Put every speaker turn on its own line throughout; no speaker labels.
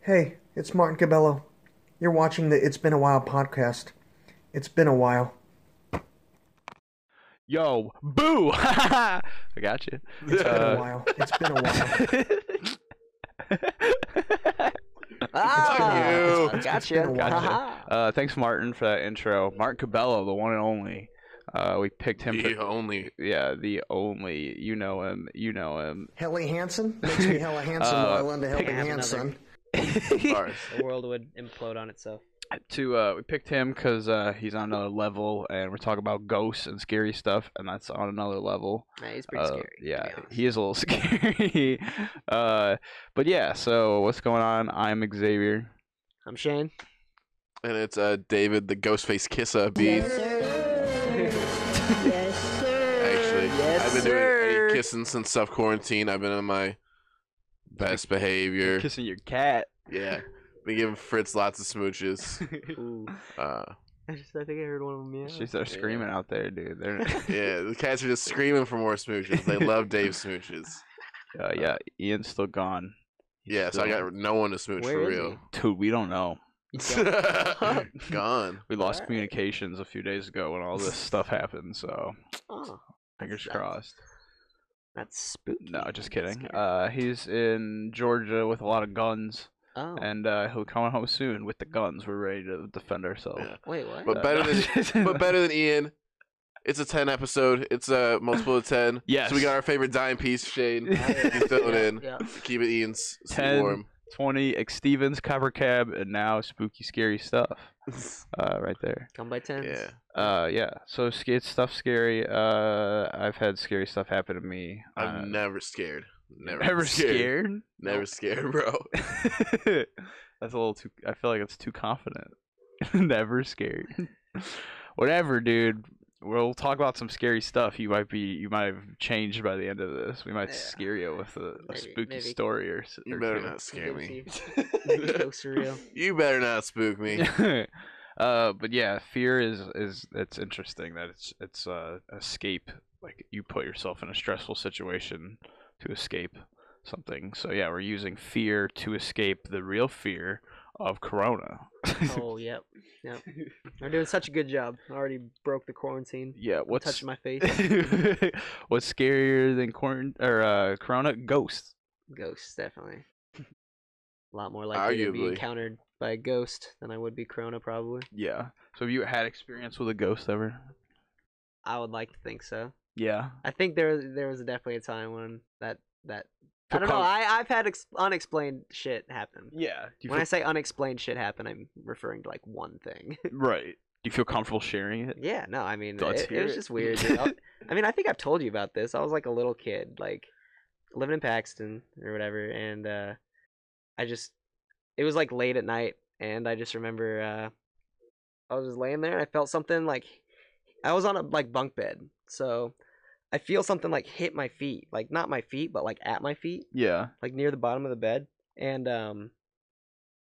Hey, it's Martin Cabello. You're watching the It's Been a While podcast. It's been a while.
Yo, boo! I got you.
It's been a
Uh,
while. It's been a while.
Ah,
you.
I
It's been a
gotcha. Uh-huh.
while.
Haha.
uh, thanks, Martin, for that intro. Martin Cabello, the one and only. Uh, we picked him.
The
For,
only
yeah, the only. You know him. You know him.
Helly Hansen makes me hella handsome
Uh,
while I'm into Helly
pick
up
Hansen.
bars.
The world would implode on itself.
to uh, we picked him because uh, he's on another level, and we're talking about ghosts and scary stuff, and that's on another level.
Nah, he's pretty
Uh,
scary. to be
Yeah,
honest.
he is a little scary. uh, but yeah, so what's going on? I'm Xavier.
I'm Shane.
And it's uh, David the Ghostface uh, Kissa beat. Actually,
Yes,
I've been
sir.
doing any kissing since self quarantine. I've been on my best behavior.
Kissing your cat.
Yeah, been giving Fritz lots of smooches.
Ooh.
Uh,
I, just, I think I heard one of them. Yeah.
She's there
Yeah.
screaming out there, dude. They're,
yeah, the cats are just screaming for more smooches. They love Dave smooches.
uh, yeah, Ian's still gone. He's
Yeah, so I
still-
got no one to smooch
Where
for
is
real.
Dude, we don't know.
Gone.
We lost
Alright.
communications a few days ago when all this stuff happened. So
Oh,
fingers
That's-
crossed.
that's spooky.
No, just
That's
kidding.
scary.
Uh, he's in Georgia with a lot of guns,
oh.
and uh, he'll come home soon with the guns. We're ready to defend ourselves.
Yeah.
Wait, what?
But
Uh,
better than-
just-
but better than Ian. It's a ten episode. It's a multiple of ten.
Yes.
So we got our favorite dime piece, Shane. He's filling in.
Yeah.
Keep it Ian's s-
10.
warm.
20 X Stevens, Copper Cab, and now spooky, scary stuff. Uh, right there.
Come by tens.
yeah.
Uh, yeah. So sc- it's stuff scary. Uh, I've had scary stuff happen to me.
I'm
uh,
never scared. Never, been
ever
Never scared, bro.
scared? That's a little too. I feel like it's too confident. never scared. Whatever, dude. We'll talk about some scary stuff. You might be, you might have changed by the end of this. We might
Yeah.
scare you with a, a
Maybe-
spooky
maybe.
story or, s-
You
or
better
two.
not scare me.
so surreal.
You better not spook me.
uh, but yeah, fear is is it's interesting that it's it's uh escape. Like you put yourself in a stressful situation to escape something. So yeah, we're using fear to escape the real fear of corona.
Oh, yep. Yep. They're doing such a good job. I already broke the quarantine.
yeah, what's
Touching my face.
what's scarier than quarant or uh, corona? Ghosts.
Ghosts, definitely. A lot more likely to be
Arguably.
encountered by a ghost than I would be Corona, probably.
Yeah. So have you had experience with a ghost ever?
I would like to think so.
Yeah.
I think there there was definitely a time when that that I
Feel
don't know.
com-
I I've had ex- unexplained shit happen.
Yeah. Do you
When I
feel,
say unexplained shit happen, I'm referring to like one thing.
right. Do you feel comfortable sharing it?
yeah, no, I mean
Let's
it, it
hear
was
it.
just weird. dude. I, I mean, I think I've told you about this. I was like a little kid, like living in Paxton or whatever, and uh I just it was like late at night, and I just remember uh I was just laying there and I felt something like I was on a like bunk bed, so I feel something like hit my feet, like not my feet, but like at my feet,
Yeah.
like near the bottom of the bed, and um,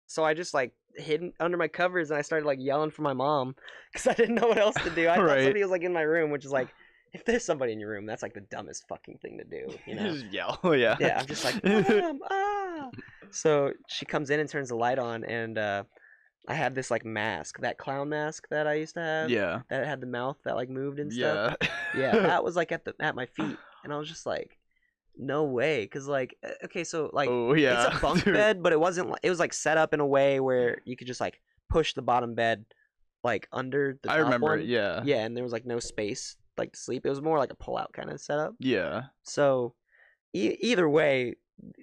so I just like hid under my covers and I started like yelling for my mom because I didn't know what else to do. I thought
Right.
somebody was like in my room, which is like if there's somebody in your room, that's like the dumbest fucking thing to do, you know?
Just yell. Yeah.
yeah, I'm just like, Mom, ah. So she comes in and turns the light on, and uh, I had this like mask, that clown mask that I used to have,
yeah.
that had the mouth that like moved and stuff
Yeah.
yeah that was like at the at my feet and i was just like no way because like uh, okay so like
oh yeah.
it's a bunk
Dude,
bed but it wasn't like it was like set up in a way where you could just like push the bottom bed like under the
I
top
remember
one.
it. Yeah.
yeah and there was like no space like to sleep it was more like a pull out kind of setup
Yeah.
so e- either way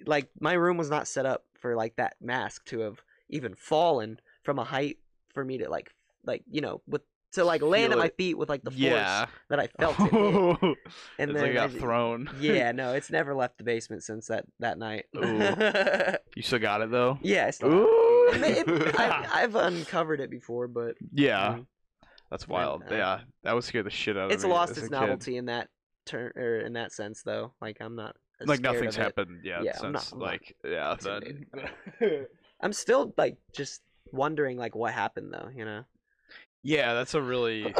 like my room was not set up for like that mask to have even fallen from a height for me to like like you know with to like land
Feel
at my
it.
feet with like the force
yeah.
that I felt it hit.
and
And
then
then
it got
I-
thrown.
Yeah, no, it's never left the basement since that that night.
Ooh. You still got it though.
yeah, I still have it.
Ooh.
I mean, it- I, have uncovered it before, but I
yeah.
mean,
That's wild.
uh,
yeah. That would scare the shit out of me.
it's lost
as a
its
kid.
novelty in that turn or in that sense, though. Like I'm not as
Like
scared
nothing's
of it.
happened yet
Yeah, I'm not-
since
I'm not
like yeah. Then.
intimidated. I'm still like just wondering like what happened though. You know,
Yeah, that's a really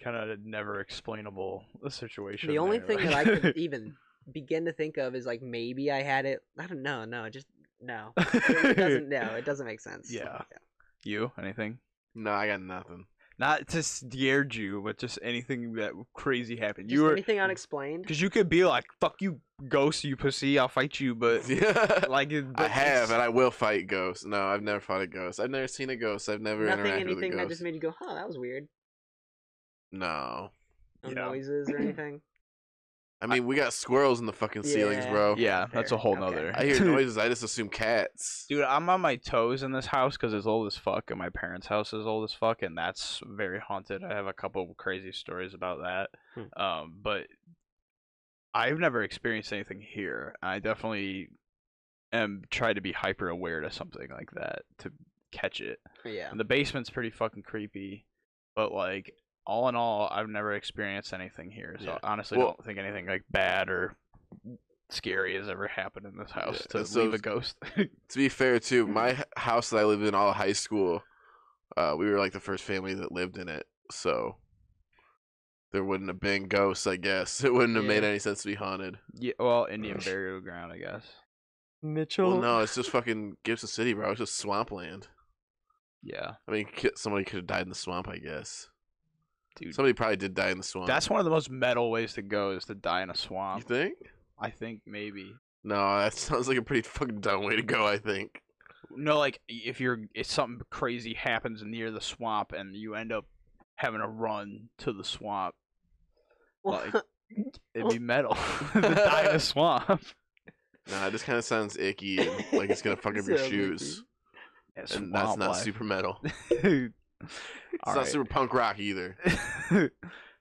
kind of never explainable uh, situation.
the only
there,
thing that I
right?
could even begin to think of is like maybe I had it. I don't know. No, it just
No, it, it doesn't. No, it doesn't make sense.
Yeah. You anything?
No, I got nothing.
Not to scared you, but just anything that crazy happened.
Just
you were
anything unexplained?
because you could be like, "Fuck you, ghost, you pussy, I'll fight you," but
Yeah.
like, it-
I
but
have,
it's-
and I will fight ghosts. No, I've never fought a ghost. I've never seen a ghost. I've never
Nothing,
interacted with a
anything
ghost.
that just made you go, "Huh, that was weird."
No.
No
Yeah.
noises or anything.
I mean, we got squirrels in the fucking ceilings,
Yeah.
bro.
yeah, that's a
Fair.
whole
Okay.
nother.
I hear noises. I just assume cats.
Dude, I'm on my toes in this house because it's old as fuck, and my parents' house is old as fuck, and that's very haunted. I have a couple crazy stories about that,
Hmm.
um, but I've never experienced anything here. I definitely am try to be hyper aware to something like that to catch it.
Yeah.
And the basement's pretty fucking creepy, but like all in all, I've never experienced anything here, so
Yeah.
I honestly
Well-
don't think anything like bad or scary has ever happened in this house
Yeah,
to
so-
leave a ghost.
To be fair, too, my h- house that I lived in all high school, uh, we were like the first family that lived in it, so there wouldn't have been ghosts. I guess it wouldn't have made
Yeah.
any sense to be haunted.
Yeah, well, Indian burial ground, I guess.
Mitchell.
Well, no, it's just fucking Gibson City, bro. It's just swampland.
Yeah,
I mean, ki- somebody could have died in the swamp, I guess.
dude.
Somebody probably did die in the swamp.
that's one of the most metal ways to go is to die in a
you
swamp.
think?
I think maybe.
No, that sounds like a pretty fucking dumb way to go. I think.
No, like if you're if something crazy happens near the swamp and you end up having to run to the swamp,
Well,
like- it'd be metal to die in a swamp.
Nah, this kind of sounds icky, and, like it's gonna fuck up your
Sounds
shoes,
Yeah,
and that's
swamp
not
life.
super metal. It's
Dude.
not super punk rock either.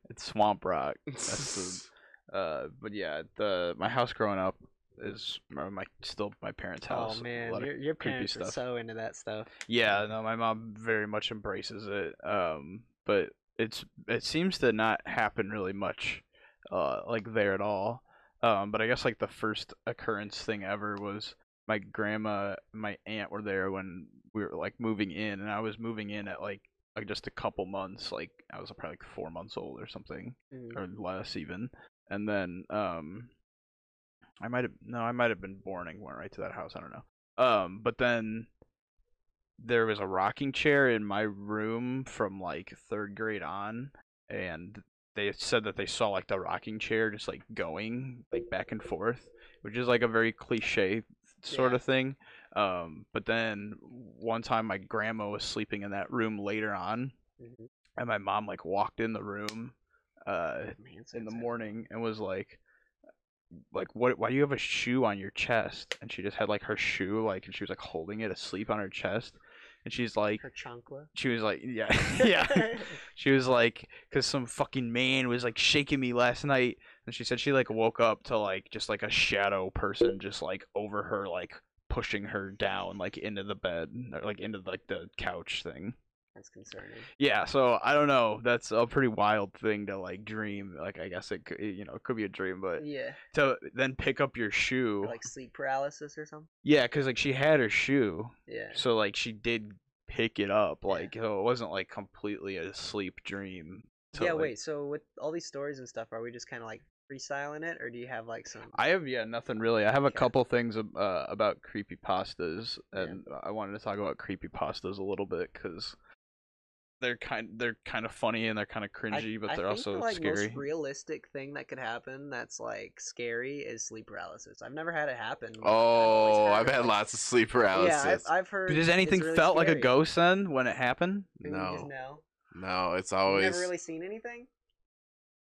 it's swamp rock. That's the, uh, but yeah, the my house growing up is my, my still my parents'
oh
house. A
man,
lot of-
your, your
creepy
parents are
stuff.
so into that stuff.
yeah, no, my mom very much embraces it. Um, but it's it seems to not happen really much, uh, like there at all. Um, but I guess like the first occurrence thing ever was my grandma, and my aunt were there when we were like moving in, and I was moving in at like like just a couple months, like I was probably like four months old or something
Mm.
or less even. And then um I might have no, I might have been born and went right to that house, I don't know. Um but then there was a rocking chair in my room from like 3rd grade on and they said that they saw like the rocking chair just like going like back and forth, which is like a very cliche sort
Yeah.
of thing. Um but then one time my grandma was sleeping in that room later on
Mhm.
and my mom like walked in the room uh
Man,
in the
sounds-
morning and was like like what why do you have a shoe on your chest and she just had like her shoe like and she was like holding it asleep on her chest and she's like
Her chancla.
she was like yeah yeah she was like because some fucking man was like shaking me last night and she said she like woke up to like just like a shadow person just like over her like pushing her down like into the bed or like into like the couch thing
That's concerning.
yeah so i don't know that's a pretty wild thing to like dream like i guess it could you know it could be a dream but
Yeah.
to then pick up your shoe
Or, like sleep paralysis or something.
yeah because like she had her shoe
Yeah.
so like she did pick it up like so it wasn't like completely a sleep dream to,
yeah.
like-
Wait. So with all these stories and stuff, are we just kind of like freestyling it, or do you have like some?
I have yeah nothing really. I have a
Okay.
couple things ab- uh, about creepy pastas,
Yeah.
and I wanted to talk about creepy pastas a little bit because they're kind they're kind of funny and they're kind of
I-
cringy, but
I
they're
think
also
the, like,
scary.
Most realistic thing that could happen that's like scary is sleep paralysis. I've never had it happen. but I've always
Oh, I've
it,
had
like-
lots of sleep paralysis.
Yeah, I've, I've heard.
Does
it's
anything
really
felt like a
scary.
ghost then when it happened?
And you just
No,
know.
no, it's
You've
always
never really seen anything.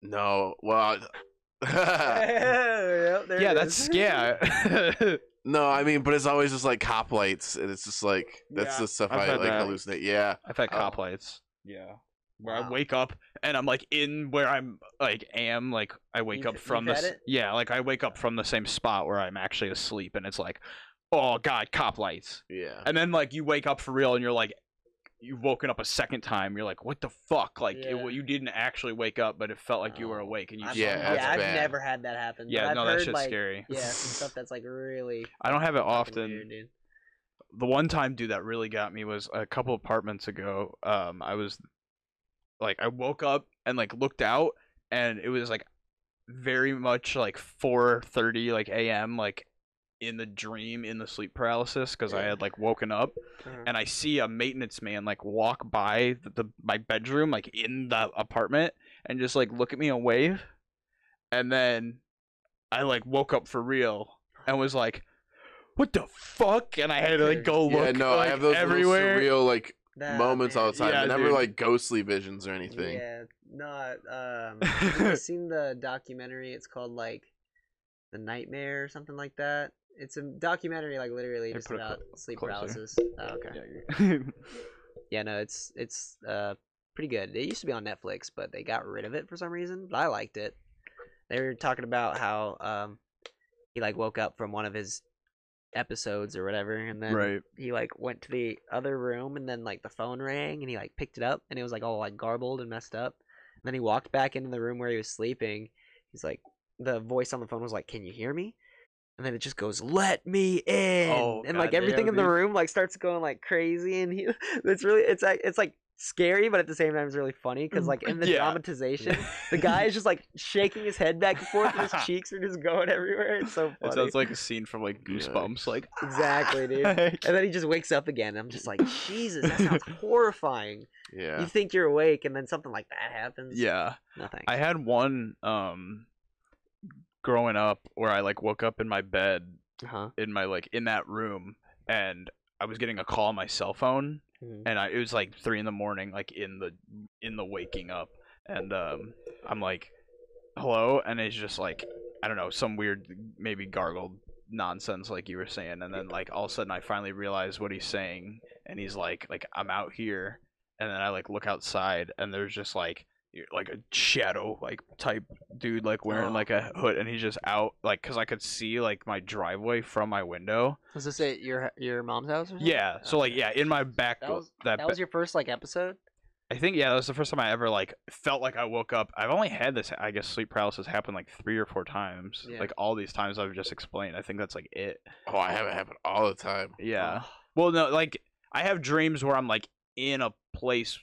no. Well, I-
Yep, there
yeah,
it
that's
is.
yeah.
no, I mean, but it's always just like cop lights, and it's just like that's
Yeah,
the stuff
I've
i
had
like
that.
hallucinate. Yeah,
I've had
Oh.
cop lights. Yeah. Where I
Wow.
wake up and I'm like in where I'm like am like I wake
You've-
up from
you've
this
had it?
yeah like I wake up from the same spot where I'm actually asleep and it's like oh god cop lights
yeah.
and then like you wake up for real and you're like you've woken up a second time you're like what the fuck like it,
Yeah.
you didn't actually wake up but it felt like you were
Oh.
awake and you
I've-
just-
yeah,
Yeah, that's
I've
bad.
never had that happen. but
yeah
I've
no that
heard,
shit's
like,
scary
Yeah, some stuff that's like really.
I don't have it
fucking
often
weird, dude.
the one time dude that really got me was a couple apartments ago um i was like i woke up and like looked out and it was like very much like 4:30 like am like in the dream in the sleep paralysis because I
Yeah.
had like woken up
Uh-huh.
and I see a maintenance man like walk by the, the my bedroom like in the apartment and just like look at me and wave, and then I like woke up for real and was like, "What the fuck?" And I had to like go look.
yeah, no, I
like,
have those
everywhere.
little surreal like
Nah,
moments all
man.
the time.
Yeah,
They're never
dude.
like ghostly visions or anything.
Yeah, not. Um, have you seen the documentary? It's called like the Nightmare or something like that. It's a documentary, like literally
Hey,
just
put it
about
clo-
sleep
closer.
paralysis. Oh, okay. Yeah.
Yeah.
no, it's it's uh pretty good. It used to be on Netflix, but they got rid of it for some reason. But I liked it. They were talking about how um he like woke up from one of his episodes or whatever, and then
right.
he like went to the other room and then like the phone rang and he like picked it up and it was like all like garbled and messed up. And then he walked back into the room where he was sleeping. He's like the voice on the phone was like, "Can you hear me?" And then it just goes, "Let me in,"
Oh,
and like
goddamn,
everything in the
dude.
room like starts going like crazy, and he it's really it's like it's like scary, but at the same time it's really funny because like in the
Mm, Yeah.
dramatization, the guy is just like shaking his head back and forth, and his cheeks are just going everywhere. It's so funny.
It sounds like a scene from like Goosebumps.
Yikes.
Like
Exactly, dude. And then he just wakes up again. I'm just like, Jesus, that sounds horrifying.
Yeah.
You think you're awake, and then something like that happens.
yeah.
nothing.
I had one um growing up where I like woke up in my bed
huh.
in my like in that room and I was getting a call on my cell phone
Mm-hmm.
and I it was like three in the morning, like in the in the waking up and um I'm like hello and it's just like I don't know, some weird maybe gargled nonsense like you were saying and then like all of a sudden I finally realized what he's saying and he's like like I'm out here and then I like look outside and there's just like y- like a shadow like type dude like wearing
Oh.
like a hood and he's just out like cuz I could see like my driveway from my window.
Was this at your your mom's house? Or something?
Yeah. So like yeah, in my back
That was
that,
that was your first like episode.
I think yeah, that was the first time I ever like felt like I woke up. I've only had this, I guess, sleep paralysis happen like three or four times.
Yeah.
Like all these times I've just explained. I think that's like it.
Oh, I have it happen all the time.
Yeah. Well, no, like I have dreams where I'm like in a place,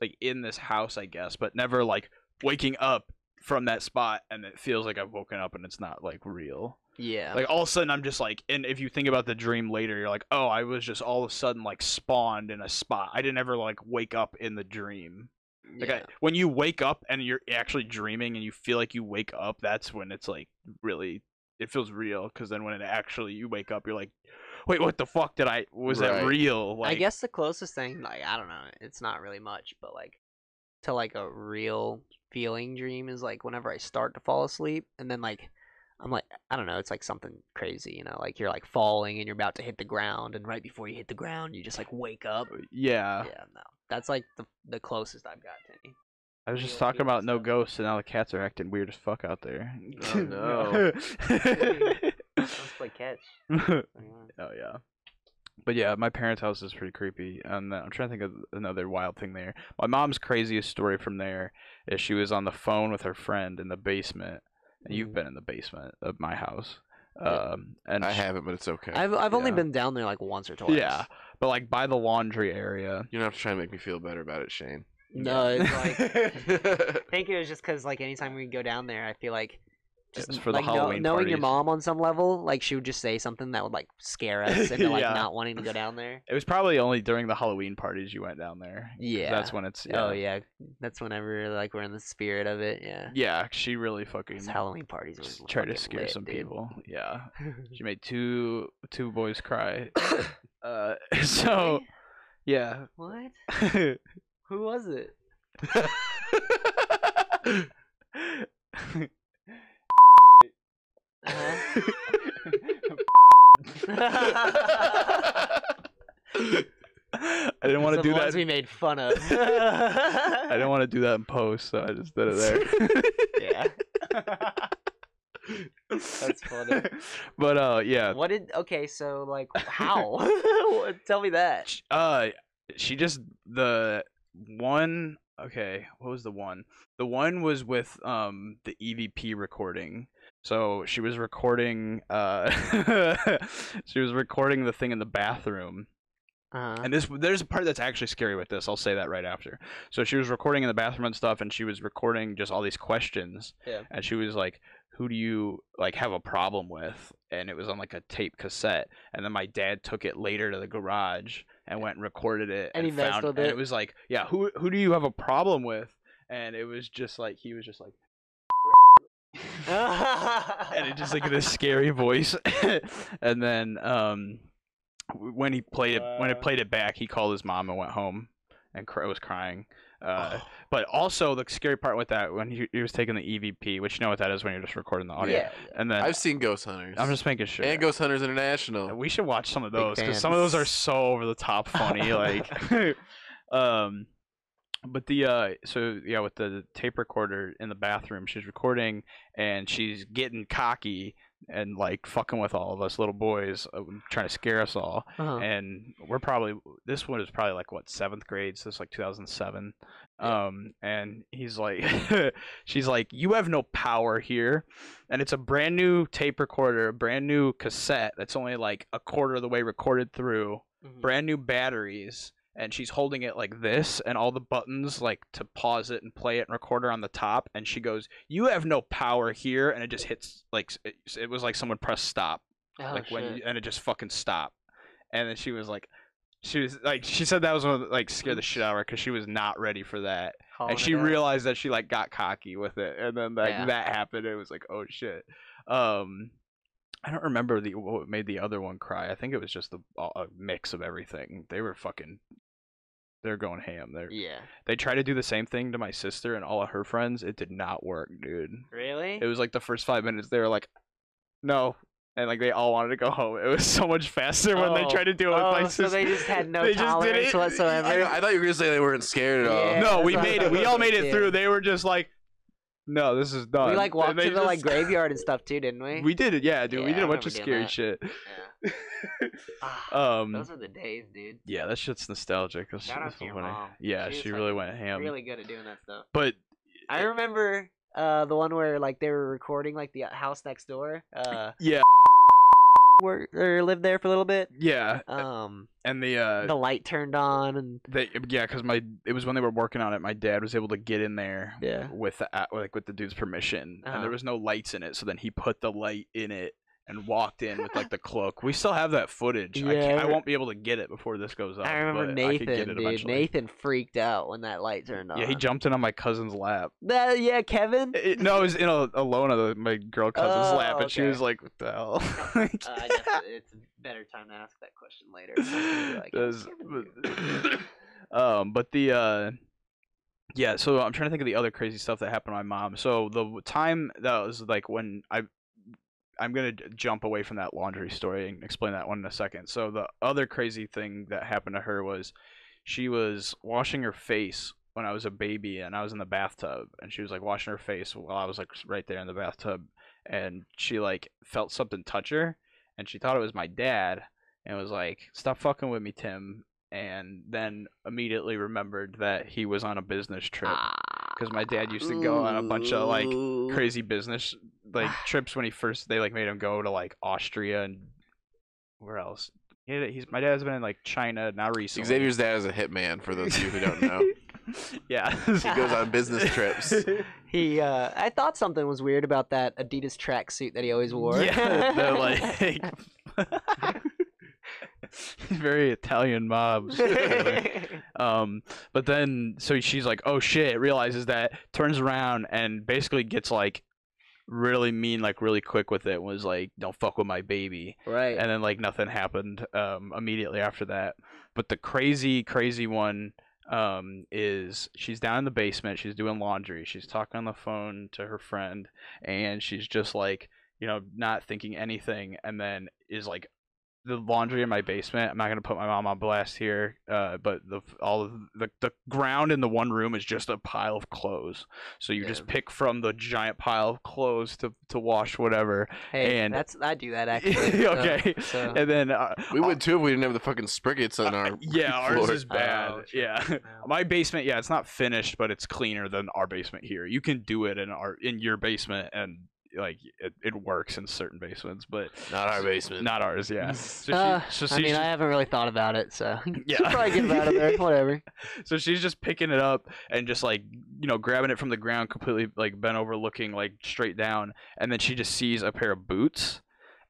like in this house, I guess, but never like waking up from that spot and it feels like I've woken up and it's not like real.
Yeah.
Like all of a sudden I'm just like, and if you think about the dream later, you're like, oh, I was just all of a sudden like spawned in a spot. I didn't ever like wake up in the dream. Like I, when you wake up and you're actually dreaming and you feel like you wake up, that's when it's like really it feels real because then when it actually you wake up, you're like, wait, what the fuck did I? Was
Right.
that real? Like,
I guess the closest thing, like I don't know, it's not really much, but like to like a real feeling dream is like whenever I start to fall asleep and then like I'm like I don't know, it's like something crazy, you know, like you're like falling and you're about to hit the ground and right before you hit the ground you just like wake up.
Yeah,
yeah, no. That's like the the closest I've got to any.
I was just
real
talking
feeling
about no
stuff.
ghosts, and now the cats are acting weird as fuck out there.
Oh, no.
Let's play catch.
Oh yeah. But yeah, my parents' house is pretty creepy, and then I'm trying to think of another wild thing there. My mom's craziest story from there is she was on the phone with her friend in the basement. And you've
Mhm.
been in the basement of my house,
Yeah.
um, and
I
sh-
haven't, but it's okay.
I've I've only
Yeah.
been down there like once or twice.
yeah, but like by the laundry area.
You don't have to try and make me feel better about it, Shane.
No, it's like
yeah,
I think it was just because like anytime we go down there, I feel like just
was for the
like, know-
Halloween
knowing your
parties.
mom on some level, like she would just say something that would like scare us into like
Yeah.
not wanting to go down there.
It was probably only during the Halloween parties you went down there. 'cause
Yeah.
that's when it's.
Oh yeah, that's whenever like we're in the spirit of it. Yeah,
Yeah, she really
Those
fucking
Halloween parties
s-
were
tried to
fucking
scare
lit,
some
dude.
people. Yeah, she made two two boys cry. uh, so
Really?
yeah,
what?
I
Who was it? Uh-huh.
didn't want to
Some
do
ones
that.
we made fun of.
I didn't want to do that in post, so I just did it there.
yeah, that's funny.
but uh, yeah,
What did? Okay, so like how? Tell me that.
sh- uh, she just the one. Okay, what was the one? The one was with um the EVP recording. So she was recording uh she was recording the thing in the bathroom
Uh-huh.
And this there's a part that's actually scary with this. I'll say that right after. So she was recording in the bathroom and stuff, and she was recording just all these questions.
Yeah.
And she was like, "Who do you like have a problem with?" And it was on like a tape cassette. And then my dad took it later to the garage and went and recorded it.
And he
found,
vestled
and
it?
it was like, "Yeah, who who do you have a problem with?" And it was just like he was just like. and it just like this scary voice and then um w- when he played it when it played it back he called his mom and went home and cr- was crying uh, but also the scary part with that when he, he was taking the evp which you know what that is when you're just recording the audio
yeah.
and then
I've seen Ghost Hunters.
i'm just making sure
and Ghost Hunters International.
we should watch some of
Big
those because some of those are
fans.
so over the top funny. like, um, but the uh, so yeah, with the tape recorder in the bathroom, she's recording and she's getting cocky and like fucking with all of us little boys, uh, trying to scare us all.
Uh-huh.
And we're probably this one is probably like what seventh grade, so it's like 2007. Um, and he's like, she's like, you have no power here, and it's a brand new tape recorder, a brand new cassette that's only like a quarter of the way recorded through,
Hmm.
Mhm.
brand new batteries, and she's holding it like this, and all the buttons like to pause it and play it and record her on the top, and she goes, you have no power here, and it just hits like s- it, it was like someone pressed stop
Oh,
like when
shit.
you, and it just fucking stopped and then she was like she was like she said that was one of the, like scared the shit out of her because she was not ready for that
Calling
and she
it out.
realized that she like got cocky with it and then like
Yeah.
that happened and it was like oh shit um i don't remember the what made the other one cry i think it was just the a mix of everything they were fucking they're going ham they're
Yeah.
they tried to do the same thing to my sister and all of her friends it did not work dude
Really?
it was like the first five minutes they were like, no, and like they all wanted to go home. It was so much faster when they
Oh.
tried to do it. with my
oh, so they
sis-
just had no
They just did
tolerance
it.
whatsoever.
I, I thought you were gonna say they weren't scared at all.
Yeah.
no,
that's
we
what I
made it. We
thought.
all made it
Yeah.
through. They were just like, no, this is done.
we like
And
walked
they
to the like
just-
graveyard and stuff too, didn't we?
We did it, yeah, dude. we
Yeah,
did
I
a bunch
remember doing
of scary
that.
shit.
Yeah. Ah,
Um,
those are the days, dude.
yeah, that shit's nostalgic. That's,
Shout out
that's
to your
funny.
mom.
Yeah,
She
she,
was
really
fucking
went ham.
really good at doing that stuff.
But
I remember uh the one where like they were recording like the house next door. Uh,
yeah,
were or lived there for a little bit.
yeah,
Um,
and the uh,
the light turned on and
They yeah, because my it was when they were working on it. My dad was able to get in there
Yeah.
with the, uh, like with the dude's permission, and
Uh-huh.
there was no lights in it. So then he put the light in it and walked in with like the cloak. We still have that footage. I,
Yeah, I
can't, I
re-
won't be able to get it before this goes up.
I remember
but I
Nathan,
could get it
dude.
eventually.
Nathan uh, freaked out when that light turned on.
Yeah, he jumped in on my cousin's lap.
That, yeah, Kevin.
It- no, it was in a, Alona, the- my girl cousin's lap,
Oh,
and she was
okay.
like, "What the hell?" Like,
Uh, I guess it's a better time to ask that question later. I'm not gonna be like, "Hey,
Does-
Kevin, dude."
um, but the uh, yeah. So I'm trying to think of the other crazy stuff that happened to my mom. So the w- time that was like when I, I'm gonna j- jump away from that laundry story and explain that one in a second. So the other crazy thing that happened to her was, she was washing her face when I was a baby and I was in the bathtub and she was like washing her face while I was like right there in the bathtub and she like felt something touch her and she thought it was my dad and was like, "Stop fucking with me, Tim." And then immediately remembered that he was on a business trip
Ah,
because my dad used to go on a bunch of like
ooh.
crazy business like trips when he first they like made him go to like Austria and where else? Yeah, he's my dad's been in like China now recently.
Xavier's dad is a hitman. For those of you who don't know,
yeah,
he goes on business trips.
He, uh, I thought something was weird about that Adidas tracksuit that he always wore.
Yeah, they're like very Italian mobs. um, but then so she's like, "Oh shit!" Realizes that, turns around, and basically gets like really mean, like really quick with it. Was like, "Don't fuck with my baby."
right.
and then like nothing happened um, immediately after that. But the crazy, crazy one um, is she's down in the basement. She's doing laundry. She's talking on the phone to her friend, and she's just like, you know, not thinking anything. And then is like, the laundry in my basement. I'm not gonna put my mom on blast here, uh, but the all of the the ground in the one room is just a pile of clothes. So you just
Yeah.
pick from the giant pile of clothes to to wash whatever.
hey,
and-
that's I do that actually.
uh,
so-
okay,
so-
and then uh,
We would too if we didn't have the fucking sprickets on our.
yeah, ours
floor.
is bad.
Oh, shit.
yeah.
Wow.
My basement, yeah, it's not finished, but it's cleaner than our basement here. You can do it in our in your basement and like it, it works in certain basements, but
Not our basement.
not ours. Yeah. So, she,
Uh,
so
I
she's
mean, I
just-
haven't really thought about it, so
Yeah.
should probably get it out of there. Whatever.
so she's just picking it up and just like you know grabbing it from the ground, completely like bent over, looking like straight down, and then she just sees a pair of boots,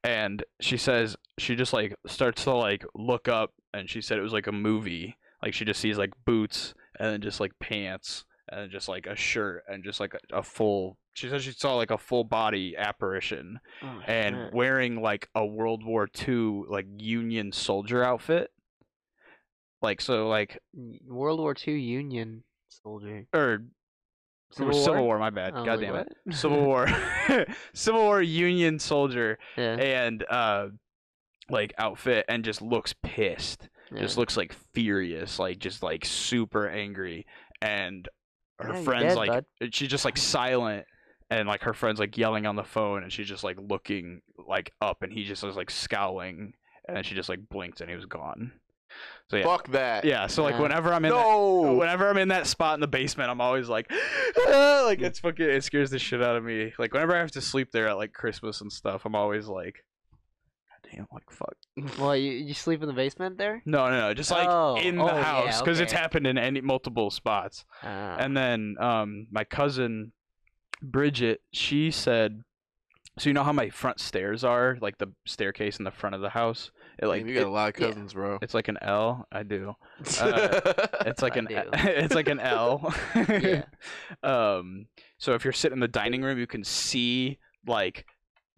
and she says she just like starts to like look up, and she said it was like a movie. Like she just sees like boots and then just like pants and then just like a shirt and just like a, a full. She said she saw like a full body apparition
Oh
and
Mm.
wearing like a World War II like Union soldier outfit. Like so like
World War II Union soldier.
or Civil, War? Civil War, my bad.
I was
God
like,
damn it.
what?
Civil War. Civil War Union soldier
Yeah.
and uh like outfit and just looks pissed.
yeah.
Just looks like furious, like just like super angry and her
Yeah, you're
friends
dead,
like
bud.
she's just like silent and like her friends like yelling on the phone and she's just like looking like up and he just was like scowling and then she just like blinked and he was gone. So yeah.
Fuck that.
Yeah, so like
Yeah.
whenever I'm in that-
No.
whenever I'm in that spot in the basement, I'm always like, "Ah," like it's fucking, it scares the shit out of me. Like whenever I have to sleep there at like Christmas and stuff, I'm always like, God damn, like fuck.
Well, you, you sleep in the basement there?
No, no, no, just like
Oh,
in the
oh, yeah,
house because it's
okay.
happened in any multiple spots.
Ah.
And then um, my cousin Bridget, she said, "So you know how my front stairs are, like the staircase in the front of the house. It like
Damn, you got
it-
a lot of cousins, bro.
it's like an L. I do. It's like
I
an
do.
it's like an L.
Yeah.
Um. So if you're sitting in the dining room, you can see like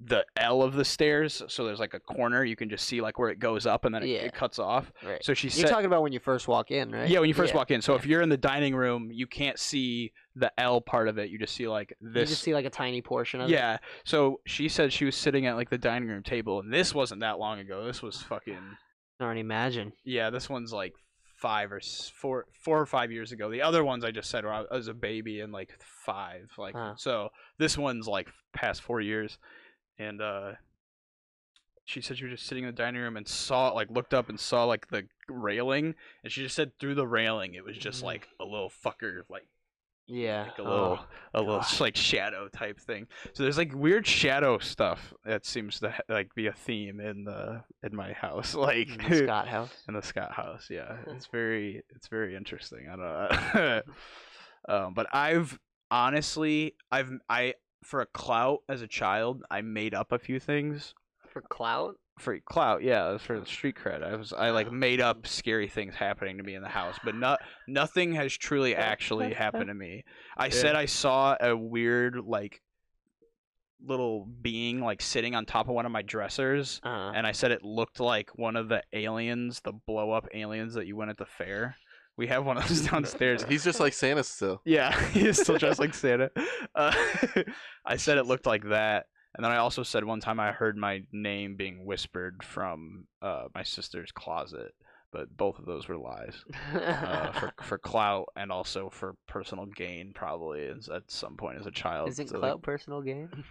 the L of the stairs. So there's like a corner you can just see like where it goes up and then it,
Yeah.
it cuts off.
Right.
So she
You're
said,
talking about when you first walk in, right?
yeah, when you first
yeah.
walk in. So
yeah.
if you're in the dining room, you can't see the L part of it. You just see like
You
this
just see like a tiny portion of it.
yeah. So she said she was sitting at like the dining room table, and this wasn't that long ago. This was fucking
I can already imagine.
yeah. This one's like five or s- four, four or five years ago. The other ones I just said were I was a baby and like five. Like
Huh.
so, this one's like past four years, and uh, she said she was just sitting in the dining room and saw like looked up and saw like the railing, and she just said through the railing it was just
Mhm.
like a little fucker like
Yeah.
like
Oh,
a little a little
God.
like shadow type thing so there's like weird shadow stuff that seems to ha- like be a theme in the in my house like
Mm, the Scott house.
in the scott house yeah it's very it's very interesting i don't know um, but i've honestly i've i for a clout as a child i made up a few things
For clout?
for clout, yeah, for the street cred. I was I like made up scary things happening to me in the house, but not nothing has truly actually happened to me. I said I saw a weird like little being like sitting on top of one of my dressers
Uh,
and I said it looked like one of the aliens, the blow up aliens that you went at the fair. We have one of those downstairs.
He's just like Santa still.
Yeah, he is still dressed like Santa. Uh, I said it looked like that, and then I also said one time I heard my name being whispered from uh, my sister's closet, but both of those were lies uh, for for clout and also for personal gain, probably as, at some point as a child.
Isn't
So,
clout
like-
personal game?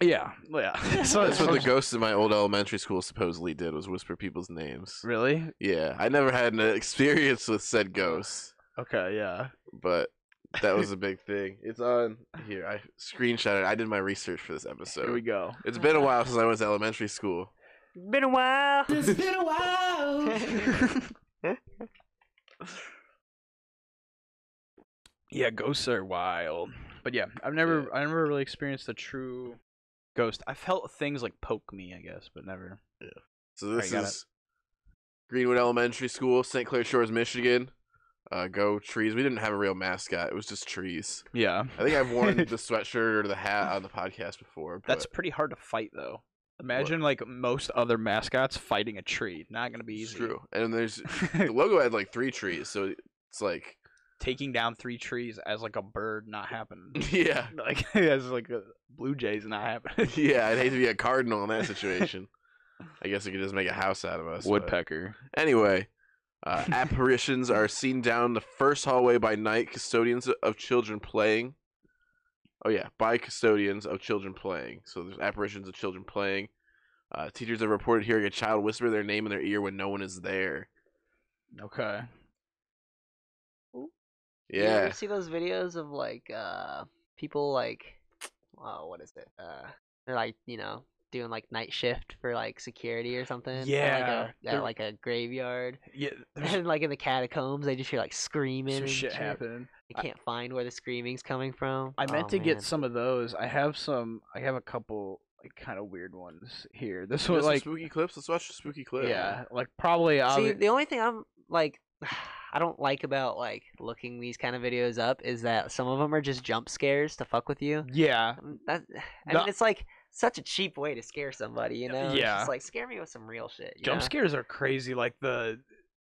yeah, yeah. so
That's
it's
what the ghosts in my old elementary school supposedly did was whisper people's names.
really
Yeah, I never had an experience with said ghosts,
okay, yeah.
but that was a big thing. It's on here. I screenshot it. I did my research for this episode.
Here we go.
It's been a while since I was elementary school.
Been a while.
Yeah, ghosts are wild. But yeah, I've never I never really experienced a true ghost. I felt things like poke me, I guess, but never.
So this
got it.
is Greenwood Elementary School, St. Clair Shores, Michigan. Uh, go trees. We didn't have a real mascot. It was just trees.
Yeah.
I think I've worn the sweatshirt or the hat on the podcast before. But
That's pretty hard to fight though. Imagine like most other mascots fighting a tree. Not going to be
it's
easy.
true. And there's the logo had like three trees, so it's like
Taking down three trees as like a bird not happening.
yeah,
like as like a blue jays not happening.
yeah. I'd hate to be a cardinal in that situation. I guess we could just make a house out of us. but-
Woodpecker.
Anyway, uh, apparitions are seen down the first hallway by night custodians of children playing. Oh yeah, by custodians of children playing. So there's apparitions of children playing. Uh, teachers have reported hearing a child whisper their name in their ear when no one is there.
Okay.
You ever
Yeah,
see those videos of like uh people like oh, what is it? Uh, they're like you know doing like night shift for like security or something. at,
Yeah,
like a,
they're-
at like a graveyard.
Yeah,
And like in the catacombs, they just hear like screaming.
some
and
shit happening.
They can't find where the screaming's coming from.
I meant
Oh,
to
man.
get some of those. I have some. I have a couple like kind of weird ones here. This
So
was
like
like
spooky clips. Let's watch the spooky clip.
yeah, like probably
See,
obvi-
the only thing I'm like, I don't like about like looking these kind of videos up is that some of them are just jump scares to fuck with you.
yeah.
Um, That, I
No.
mean, it's like such a cheap way to scare somebody, you know? It's
Yeah.
just like scare me with some real shit. you
Jump
know?
scares are crazy. Like the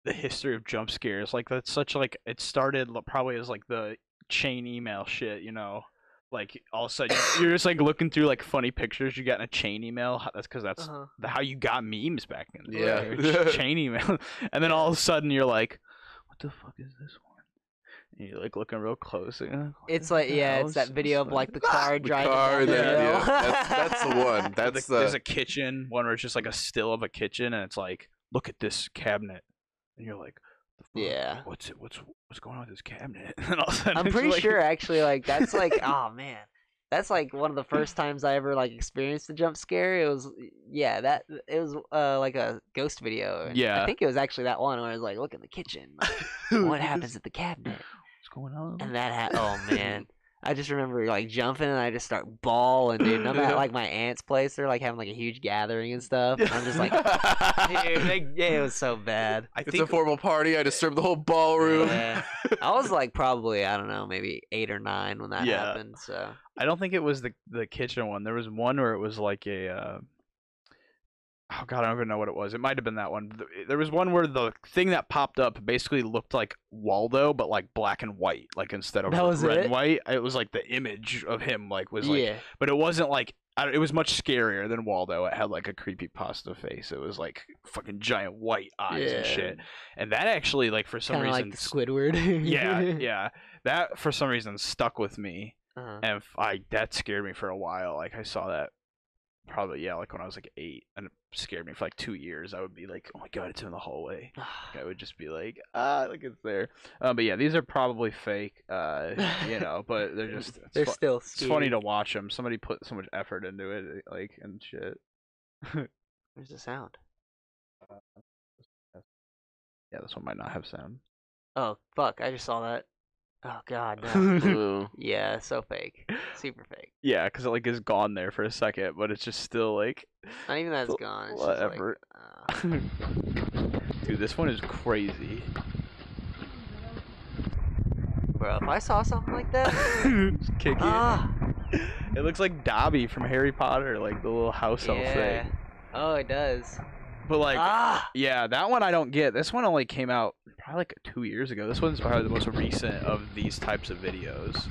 the history of jump scares. Like that's such like it started l- probably as like the chain email shit. You know, like all of a sudden you're just like looking through like funny pictures you got in a chain email. h- That's because that's
Uh-huh.
the, how you got memes back in the
Yeah.
day. It was just chain email. and then all of a sudden you're like, what the fuck is this one? And you're like looking real close. and you're like, "What
It's
the
like yeah,
hell
it's
is
that
this?"
video of like the car
The
driving.
car.
down the
That,
hill.
yeah. That's, that's the one.
Or
That's
the-
the.
there's a kitchen one where it's just like a still of a kitchen and it's like look at this cabinet and you're like "The fuck?
Yeah.
what's it what's what's going on with this cabinet and all of a sudden
I'm
it's
pretty
like-
sure actually like that's like oh man. That's like one of the first times I ever like experienced a jump scare. It was yeah, that it was uh like a ghost video. and
Yeah.
I think it was actually that one where I was like, look in the kitchen. like, what happens at the cabinet?
what's going on
And that happened. Oh man. I just remember like jumping and I just start bawling, dude. And I'm at like my aunt's place. They're like having like a huge gathering and stuff. And I'm just like, dude, they, yeah, it was so bad.
I
it's
think
a formal party. I disturbed the whole ballroom.
Yeah. I was like probably I don't know maybe eight or nine when that
Yeah.
happened. So
I don't think it was the the kitchen one. There was one where it was like a uh, oh god, I don't even know what it was. It might have been that one. Th- There was one where the thing that popped up basically looked like Waldo, but like black and white, like instead of
That
r-
was
red
it?
and white. It was like the image of him, like was like,
yeah,
but it wasn't like. I don't- It was much scarier than Waldo. It had like a creepy pasta face. It was like fucking giant white eyes and
Yeah.
shit. And that actually, like for some
kind of
reason,
like the Squidward.
yeah, yeah, that for some reason stuck with me
Uh-huh.
and f- I that scared me for a while. Like I saw that probably yeah, like when I was like eight, and it scared me for like two years. I would be like, oh my god, it's in the hallway. I would just be like, ah, look, it's there. Uh, but yeah, these are probably fake, uh, you know. But they're just it's,
They're
fu-
still.
it's funny
scary.
to watch them. Somebody put so much effort into it, like and shit.
There's a sound.
Yeah, this one might not have sound.
Oh fuck! I just saw that. Oh god. No.
Yeah, 'cause
Ooh.
yeah, so fake. Super fake.
yeah, because it like is gone there for a second, but it's just still like
Not even that it's
Wh-
gone. It's just like,
whatever.
uh,
Dude, this one is crazy.
bro, if I saw something like that,
Just kick it.
ah,
It looks like Dobby from Harry Potter, like the little house elf
yeah.
thing.
Oh, it does.
But like,
ah,
yeah, that one I don't get. This one only came out probably like two years ago. This one's probably the most recent of these types of videos.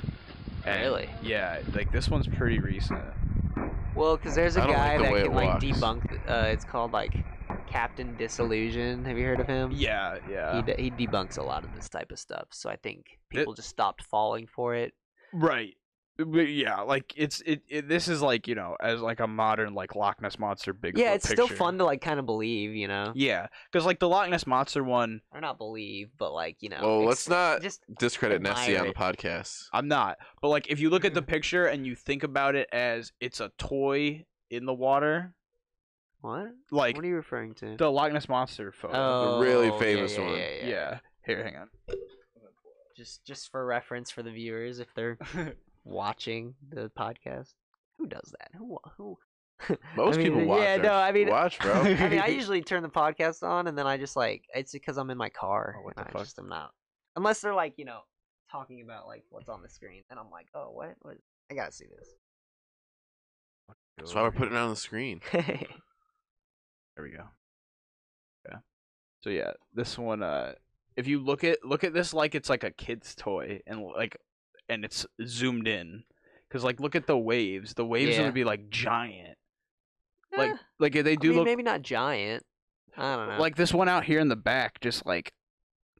And,
Really?
Yeah, like this one's pretty recent.
well, because there's a
I don't like
guy
the way
that
it
can like
walks.
debunk. Uh, it's called like Captain Disillusion. Have you heard of him?
Yeah,
he,
yeah.
de- he debunks a lot of this type of stuff so i think people just stopped falling for it
Right. But yeah, like it's it, it. This is like you know, as like a modern like Loch Ness monster big.
yeah it's still fun to like kind of believe you know
Yeah, because like the Loch Ness monster one,
or not believe but like you know
Well, let's
ex-
not
just
discredit Nessie on the
Admire it.
podcast.
I'm not. But like if you look at the picture and you think about it as it's a toy in the water,
what
like
what are you referring to
the Loch Ness monster photo.
oh
really
yeah,
famous
yeah,
one.
yeah, yeah,
yeah. Here, hang on.
just just for reference for the viewers if they're watching the podcast who does that who wa- who
Most
I mean,
people watch.
yeah
our-
no i mean
watch, bro.
I mean, I usually turn the podcast on, and then I just like it's because I'm in my car.
Oh, what
and
the
I
fuck?
just am not. Unless they're like you know talking about like what's on the screen, and I'm like, oh what? what? I gotta see
That's why we're putting it on the screen.
Eh,
this.
There we go. Yeah. So yeah, this one. Uh, if you look at look at this like it's like a kid's toy, and like, and it's zoomed in, because like look at the waves. The waves
Yeah.
would be like giant. Like
Eh,
like they
I
do
mean,
look
maybe not giant. I don't know.
like this one out here in the back, just like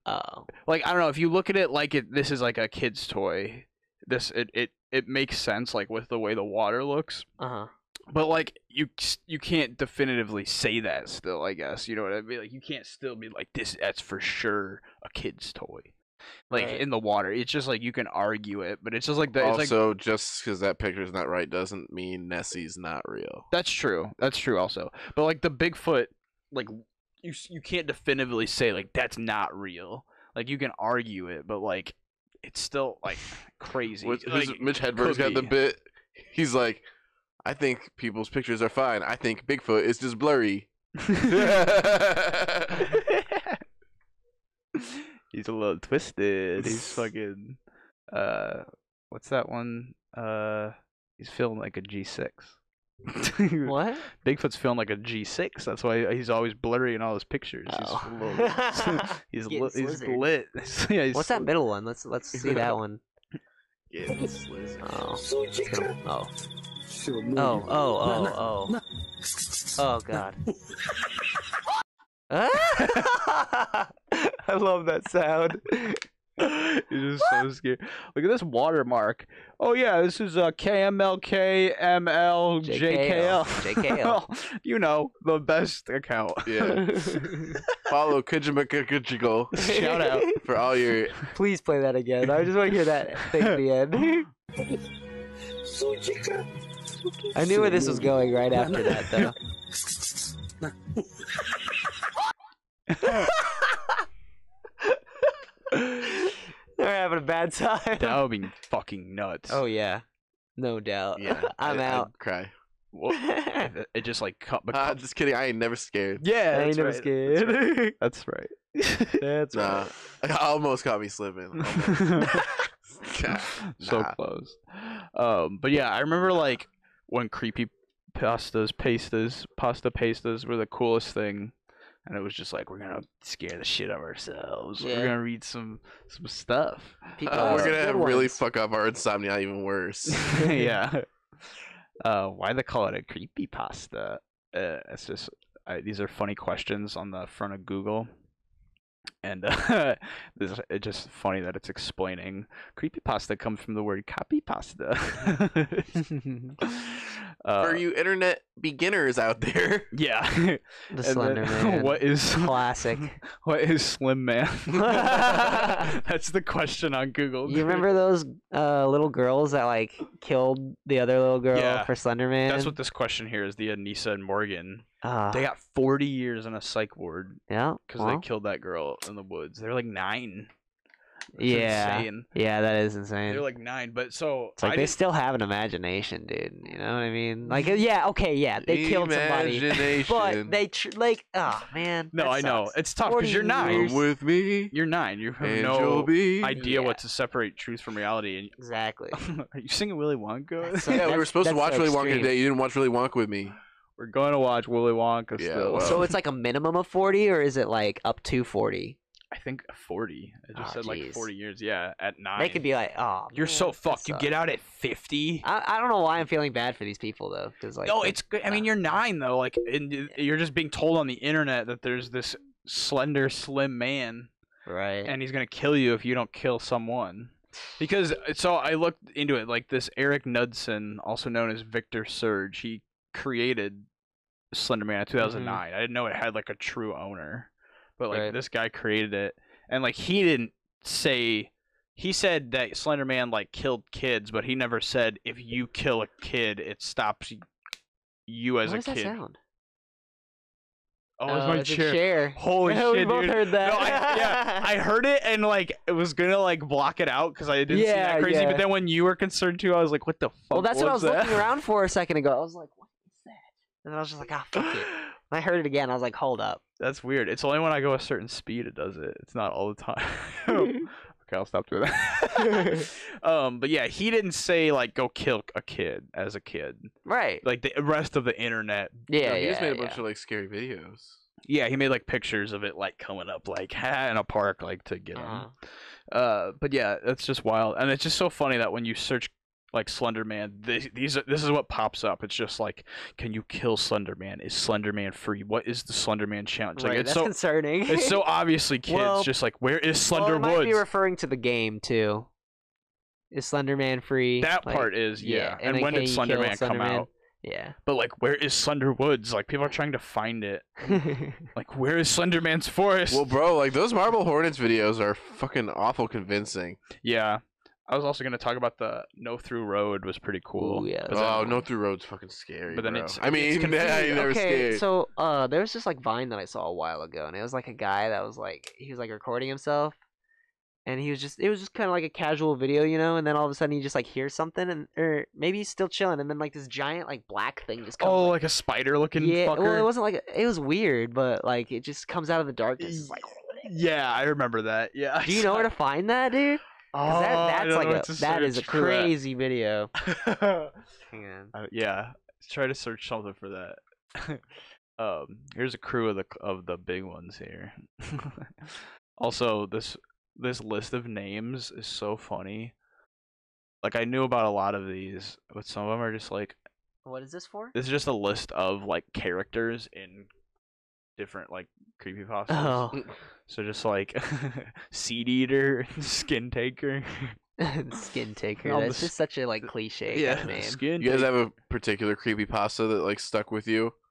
oh,
like I don't know if you look at it like it this is like a kid's toy. This it it it makes sense like with the way the water looks,
uh huh.
but like you s- you can't definitively say that still. I guess you know what I mean. Like you can't still be like this. That's for sure a kid's toy. like
Right.
in the water. It's just like you can argue it, but it's just like that. It's like
also, just because that picture's not right doesn't mean Nessie's not real.
That's true. That's true also. But like the Bigfoot, like you s- you can't definitively say like that's not real. Like you can argue it, but like it's still like crazy.
What- who's-
Like,
Mitch Hedberg's got
could
the
be.
bit. He's like, I think people's pictures are fine. I think Bigfoot is just blurry.
He's a little twisted. He's
He's
fucking uh what's that one? Uh he's feeling like a G6.
What?
Bigfoot's feeling like a G6. That's why he's always blurry in all his pictures.
Oh.
He's a little- He's lit. He's
Getting slizzard.
lit. yeah, he's
What's that
sli-
middle one? Let's let's see that one.
Yeah, it's Liz.
Oh. it's gonna- Oh. Oh, oh, oh, oh. Oh god. Ah! I love that sound.
He's just so scared. Look at this watermark. Oh yeah, this is uh, KMLK
JKL. JKL.
you know the best account.
Yeah. Follow Kojima Kakuchiko
Shout out.
for all your
Please play that again. I just want to hear that thing at the end. I knew where this was going right after that, though. They're having a bad time.
That would be fucking nuts.
Oh yeah, no
Uh,
doubt.
yeah.
I'm
I- I'd
out.
Cry.
Wha- it it just like cut. But
Uh, just kidding. I ain't never scared.
yeah,
I
that's
ain't never
right.
scared.
That's right. That's
Nah, almost caught me slipping. God,
so
nah.
close. Um, but yeah, I remember like when creepy pastas, pastas, pasta pastas were the coolest thing, and it was just like we're gonna scare the shit out of ourselves.
Yeah.
We're gonna read some some stuff.
People
Uh,
have
we're
some
gonna
good
really
ones.
fuck up our insomnia even worse.
yeah. Uh, why they call it a creepy pasta? Uh, it's just I, these are funny questions on the front of Google, and uh, this it's just funny that it's explaining creepy pasta comes from the word copy pasta. uh,
For you internet beginners out there,
yeah. and
The
then
Slender Man.
What is
classic?
what is Slim Man? That's the question on Google.
You remember those uh, little girls that like killed the other little girl
Yeah.
for Slenderman?
That's what this question here is. The Anissa and Morgan.
Ah,
They got 40 years in a psych ward
yeah.
because
well,
they killed that girl in the woods. They're like nine. That's
Yeah.
insane.
yeah, that is insane.
They're like nine, but so
It's like
I
they
didn't-
still have an imagination, dude. You know what I mean? Like, yeah, okay, yeah, they killed somebody,
Imagination.
but they tr- like, oh man.
no,
that
I know
sucks.
it's tough because
40
you're nine.
years.
Come with me,
You're nine. You have
and
no
you'll be.
idea
Yeah.
what to separate truth from reality.
Exactly.
And are you singing Willy Wonka?
That's so-
yeah, we were supposed to watch
that's so
Willy Wonka
extreme.
today. You didn't watch Willy Wonka with me.
We're going to watch Willy Wonka
Yeah,
still.
well.
So it's like a minimum of forty, or is it like up to forty?
I think 40. I just
Oh,
said like
jeez.
40 years. Yeah, at nine.
They could be like, oh,
You're so
man, that
fucked. You
sucks." Ah,
get out at 50.
I, I don't know why I'm feeling bad for these people though, because like
no,
they-
it's good. I mean, you're nine though. Like, and y- you're just being told on the internet that there's this slender, slim man,
right.
and he's gonna kill you if you don't kill someone. Because so I looked into it. Like this Eric Knudsen, also known as Victor Surge, he created Slender Man in 2009. I didn't know it had like a true owner, but like
Mm-hmm. Right.
this guy created it, and like he didn't say. He said that Slender Man like killed kids, but he never said if you kill a kid, it stops y- you as
what
a
does
kid.
that sound?
Oh, it's my
it's a
chair.
chair.
Holy
Yeah, we
shit,
both
dude.
heard that.
No, I- yeah, I heard it and like it was gonna like block it out because I didn't see
Yeah,
that crazy.
yeah.
But then when you were concerned too, I was like, "What the fuck?"
well, that's what I was
that?
looking around for a second ago. I was like, what is that? And then I was just like, ah, fuck it. And I heard it again. I was like, hold up.
That's weird. It's only when I go a certain speed it does it. It's not all the time. okay, I'll stop doing that. um, but yeah, he didn't say like go kill a kid as a kid.
Right.
Like the rest of the internet.
yeah,
No, he
yeah,
just made a
yeah.
bunch of like scary videos.
Yeah, he made like pictures of it like coming up like ha in a park like to get him.
Uh-huh.
Uh, but yeah, that's just wild, and it's just so funny that when you search like Slender Man, th- these are, this is what pops up. It's just like, can you kill Slender Man? Is Slender Man free? What is the Slender Man challenge? Like
Right,
it's
that's
so
concerning.
it's so obviously kids.
Well-
just like where is
well,
Slender
it might
Woods?
be referring to the game too. Is Slender Man free?
that
Like,
part is yeah. And,
then
when
can
did
you
Slender
kill
Man come
Slenderman?
out?
Yeah.
But like, where is Slender Woods? Like, people are trying to find it. Like, where is Slenderman's forest?
Well, bro, like those Marble Hornets videos are fucking awful convincing.
yeah, I was also gonna talk about the No Through Road was pretty cool.
Ooh, yeah,
But
that's
Oh,
then-
no through roads fucking scary.
But then
bro.
it's-
I mean,
it's
I ain't never
okay,
scared.
so uh, there was this like Vine that I saw a while ago, and it was like a guy that was like he was like recording himself, and he was just it was just kind of like a casual video, you know. And then all of a sudden, you just like hear something, and or maybe he's still chilling, and then like this giant like black thing just comes.
Oh, like
like,
a spider-looking
yeah,
fucker.
well, it wasn't like a- it was weird, but like it just comes out of the darkness. It's like,
yeah, I remember that. Yeah. I
do you know
saw-
where to find that, dude? 'Cause
Oh,
that-
I
that's
don't know
like
what
a,
to
that is a
search for that.
crazy video. Hang on.
Uh, yeah, try to search something for that. um, here's a crew of the of the big ones here. also, this this list of names is so funny. Like I knew about a lot of these, but some of them are just like
What is this for?
this is just a list of like characters in different like creepypastas.
Oh,
So just like seed eater, skin taker.
skin taker.
All
That's
this-
just such a like cliche
Yeah,
kind of name.
skin.
You guys
taker.
have a particular creepy pasta that like stuck with you?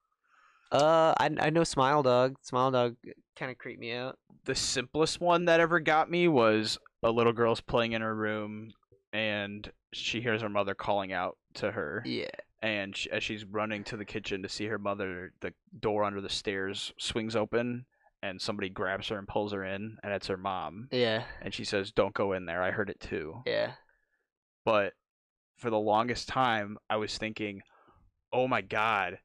Uh, I I know Smile Dog. Smile Dog kind of creeped me out.
the simplest one that ever got me was a little girl's playing in her room and she hears her mother calling out to her
Yeah.
and sh as she's running to the kitchen to see her mother the door under the stairs swings open and somebody grabs her and pulls her in and it's her mom
Yeah.
and she says don't go in there i heard it too
Yeah.
but for the longest time I was thinking, "Oh my god,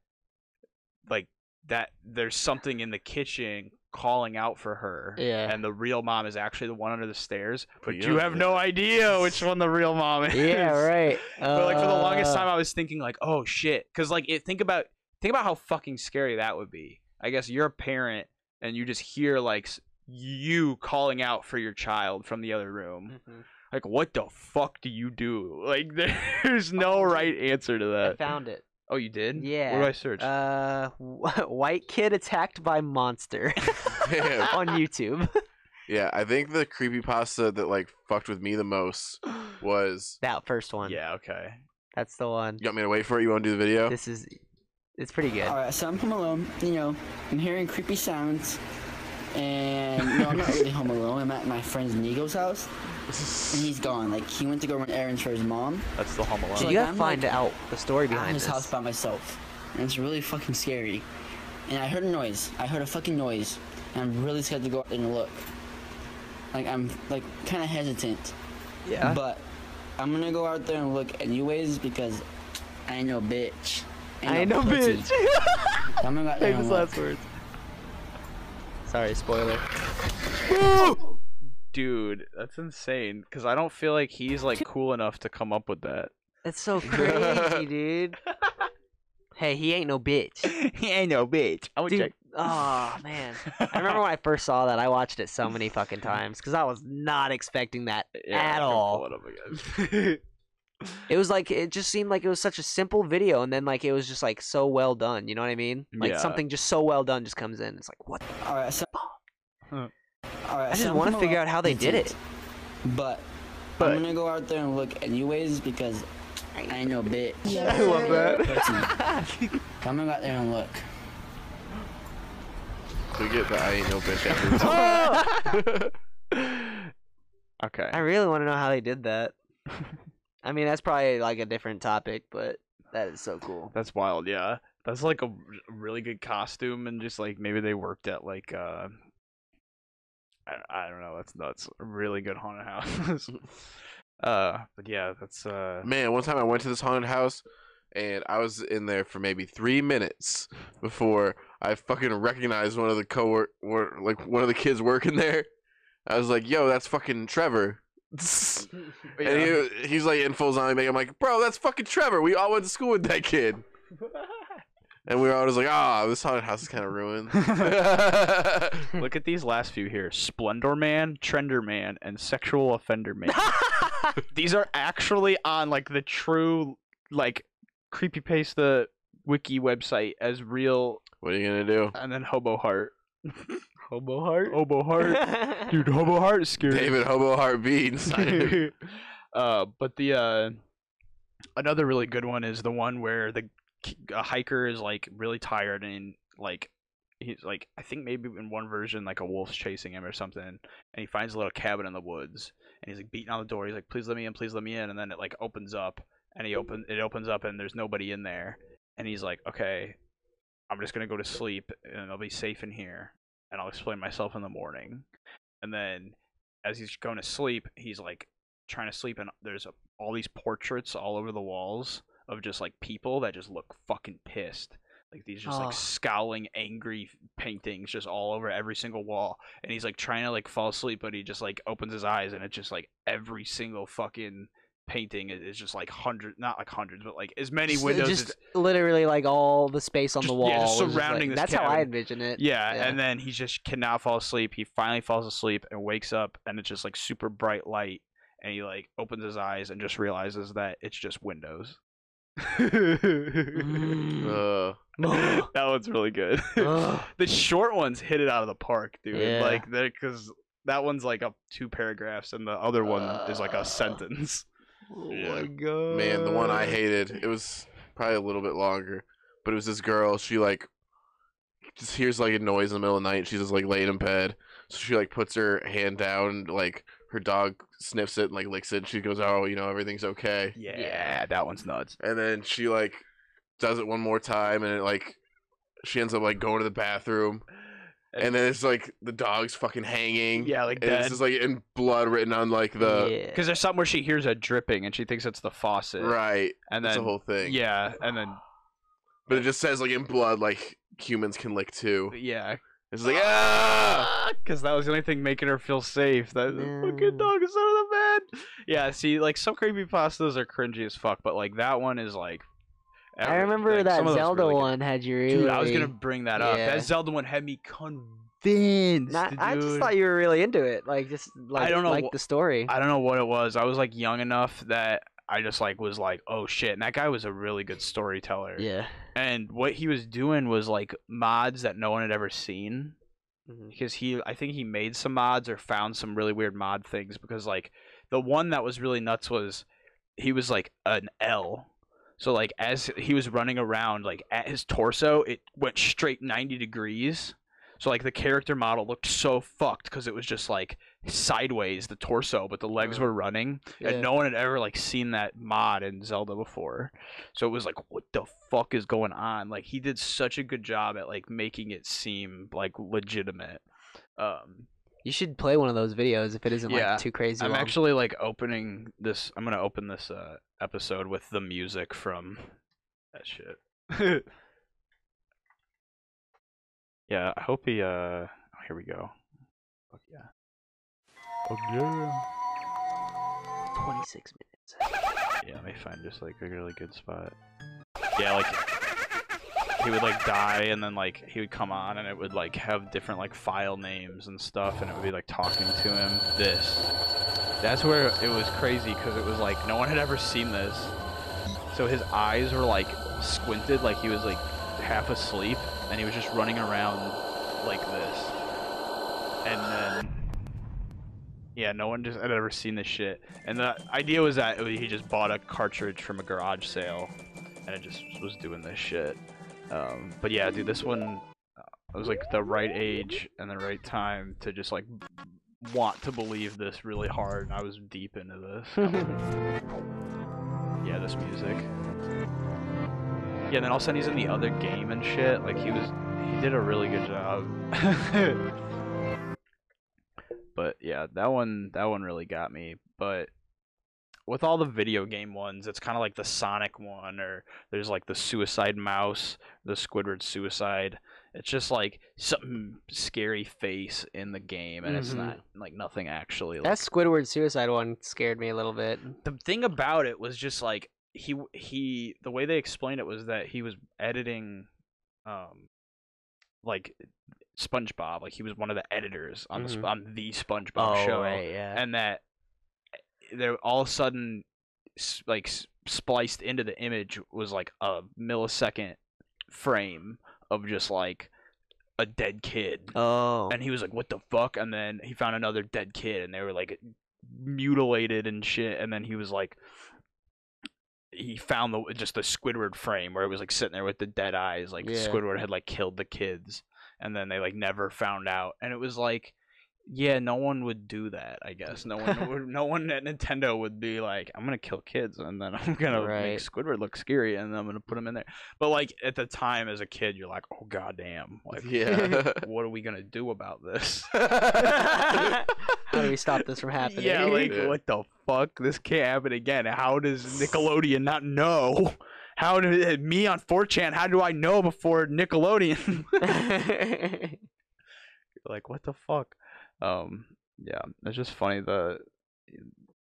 like that there's something in the kitchen calling out for her."
Yeah.
And the real mom is actually the one under the stairs, but
Pretty
you have no idea which one the real mom is.
Yeah. Right. Uh,
But like for the longest time I was thinking like, "Oh shit," cuz like it think about think about how fucking scary that would be. I guess you're a parent and you just hear like s- you calling out for your child from the other room
mm-hmm.
like what the fuck do you do like there's no
Oh, dude.
right answer to
I
that
found it.
oh you did
Yeah.
what do i search
Uh, white kid attacked by monster
Damn.
on YouTube.
yeah, I think the creepy pasta that like fucked with me the most was.
that first one.
yeah okay
That's the one.
You want me to wait for it? You want to do the video?
This is. It's pretty good.
All right, so I'm home alone. You know, I'm hearing creepy sounds, and no, I'm not really home alone. I'm at my friend's Nigo's house, and he's gone. Like he went to go run errands for his mom.
that's the home alone
Dude,
like,
you gotta
I'm,
find
like,
out the story
I'm at
behind
his
this.
house by myself, and it's really fucking scary. And I heard a noise. I heard a fucking noise, and I'm really scared to go out and look. Like I'm like kind of hesitant,
yeah
but I'm gonna go out there and look anyways because I ain't no bitch. Ain't
I know,
pussy.
bitch.
I'm gonna go out there
Famous
and
last
look.
words. Sorry, spoiler.
dude that's insane because i don't feel like he's like cool enough to come up with that
That's so crazy, dude. Hey, he ain't no bitch.
he ain't no bitch i would
Dude, oh man. I remember when I first saw that, I watched it so many fucking times because I was not expecting that at all. It was like it just seemed like it was such a simple video, and then like it was just like so well done. You know what I mean? Like
Yeah.
something just so well done just comes in. It's like what? the-
All right, so.
Huh.
All right,
I just
so I'm
want to
home
figure
alone.
out how they did it.
But,
But-
I'm gonna go out there and look anyways because I ain't no bitch.
I love
that. I'm gonna go out there and look.
We get the I ain't no bitch after this.
Ah!" okay
I really want to know how they did that. I mean, that's probably like a different topic, but that is so cool.
That's wild, yeah. That's like a r- really good costume, and just like maybe they worked at like uh, I, I don't know. That's nuts. A really good haunted house. uh, but yeah, that's uh,
Man, one time I went to this haunted house and I was in there for maybe three minutes before I fucking recognized one of the cowork, wor- like one of the kids working there. I was like, "Yo, that's fucking Trevor."
yeah.
And he, he's like in full zombie makeup. I'm like, "Bro, that's fucking Trevor. We all went to school with that kid." And we were all just like, "Ah, this haunted house is kind of ruined."
Look at these last few here: Splendor Man, Trender Man, and Sexual Offender Man. these are actually on like the true like creepypasta wiki website as real,
what are you gonna do?
and then Hobo Heart.
Hobo heart.
Hobo Heart. dude hobo heart is scary
David Hobo Heartbeat.
uh but the uh another really good one is the one where the k- a hiker is like really tired and like he's like I think maybe in one version like a wolf's chasing him or something, and he finds a little cabin in the woods and he's like beating on the door. He's like, "Please let me in, please let me in," and then it like opens up and he open it opens up and there's nobody in there, and he's like, "Okay, I'm just gonna go to sleep and I'll be safe in here and I'll explain myself in the morning," and then as he's going to sleep, he's like trying to sleep and there's a, all these portraits all over the walls of just like people that just look fucking pissed. Like these just
Oh.
like scowling, angry paintings just all over every single wall. And he's like trying to like fall asleep, but he just like opens his eyes and it's just like every single fucking painting is is just like hundred, not like hundreds, but like as many
Just- uh,
windows.
Just
as-
literally like all the space on the
Just-
wall.
yeah, just
is like-
surrounding this
That's how I
cabin.
envision it.
yeah,
yeah.
and then he just cannot fall asleep. He finally falls asleep and wakes up, and it's just like super bright light. And he like opens his eyes and just realizes that it's just windows.
Mm.
Uh,
Oh,
that one's really good. the short ones hit it out of the park, dude.
Uh. Yeah.
Like they because that one's like up two paragraphs, and the other one is like a sentence.
Uh. Oh
Yeah.
my god.
man, the one I hated. It was probably a little bit longer, but it was this girl. She like just hears like a noise in the middle of the night. She's just like laying in bed, so she like puts her hand down, and, like her dog sniffs it and like licks it. And she goes, "Oh, you know everything's okay."
Yeah, that one's nuts.
and then she like does it one more time and it like she ends up like going to the bathroom and, then it's like the dog's fucking hanging
Yeah, like
and it's
that.
just like in blood written on like the
Because there's something where she hears a dripping and she thinks it's the faucet,
right
And
that's
then
the whole thing
yeah, and then
but it just says like in blood like humans can lick too
yeah,
it's like ah
Because that was the only thing making her feel safe. That
No.
fucking dog is out of the bed. Yeah, see, like some creepy pastas are cringy as fuck, but like that one is like.
I
every-
remember
like, some
that
of those
Zelda
really good-
one had you really.
Dude, I was gonna bring that up.
Yeah.
That Zelda one had me convinced.
Not, I just
dude.
thought you were really into it, like just like
don't know
like
wh-
the story.
I don't know what it was. I was like young enough that I just like was like, oh shit. And that guy was a really good storyteller.
yeah,
And what he was doing was like mods that no one had ever seen.
Mm-hmm.
Mhm.
because he I think he made some mods or found some really weird mod things because like the one that was really nuts was he was like an L. So like as he was running around like at his torso it went straight 90 degrees. So like the character model looked so fucked cuz it was just like sideways the torso but the legs
Uh,
were running
yeah.
and no one had ever like seen that mod in Zelda before. So it was like what the fuck is going on? Like he did such a good job at like making it seem like legitimate. Um
you should play one of those videos if it isn't
Yeah.
like too crazy.
I'm
long.
actually like opening this I'm going to open this uh episode with the music from that shit. yeah, I hope he uh oh, here we go. Fuck yeah. Fuck yeah.
26 minutes.
Yeah, let me find just like a really good spot. Yeah, like he would like die and then like he would come on and it would like have different like file names and stuff and it would be like talking to him this. That's where it was crazy cuz it was like no one had ever seen this. So his eyes were like squinted like he was like half asleep and he was just running around like this. And then yeah, no one just had ever seen this shit. And the idea was that he just bought a cartridge from a garage sale, and it just was doing this shit. Um, but yeah, dude, this one uh, I was like the right age and the right time to just like want to believe this really hard, and I was deep into this. yeah, this music. Yeah, and then all of a sudden he's in the other game and shit. Like he was, he did a really good job. but yeah that one that one really got me but with all the video game ones it's kind of like the sonic one or there's like the suicide mouse the squidward suicide it's just like something scary face in the game and it's
Mhm.
not like nothing actually like,
That Squidward suicide one scared me a little bit.
the thing about it was just like he he the way they explained it was that he was editing um like SpongeBob like he was one of the editors on the
Mhm.
the on the SpongeBob Oh, show
Oh, yeah.
and that they're all of a sudden s- like s- spliced into the image was like a millisecond frame of just like a dead kid
Oh.
and he was like what the fuck and then he found another dead kid and they were like mutilated and shit and then he was like he found the just the Squidward frame where it was like sitting there with the dead eyes, like
Yeah.
Squidward had like killed the kids, and then they like never found out, and it was like, yeah, no one would do that, I guess. No one, would, no one at Nintendo would be like, I'm gonna kill kids, and then I'm gonna
Right.
make Squidward look scary, and I'm gonna put him in there. But like at the time, as a kid, you're like, oh goddamn, like
yeah.
what are we gonna do about this?
How do we stop this from happening?
Yeah, like
Yeah.
what the fuck? This can't happen again. How does Nickelodeon not know? How did me on 4chan? How do I know before Nickelodeon? like what the fuck? Um, yeah, it's just funny the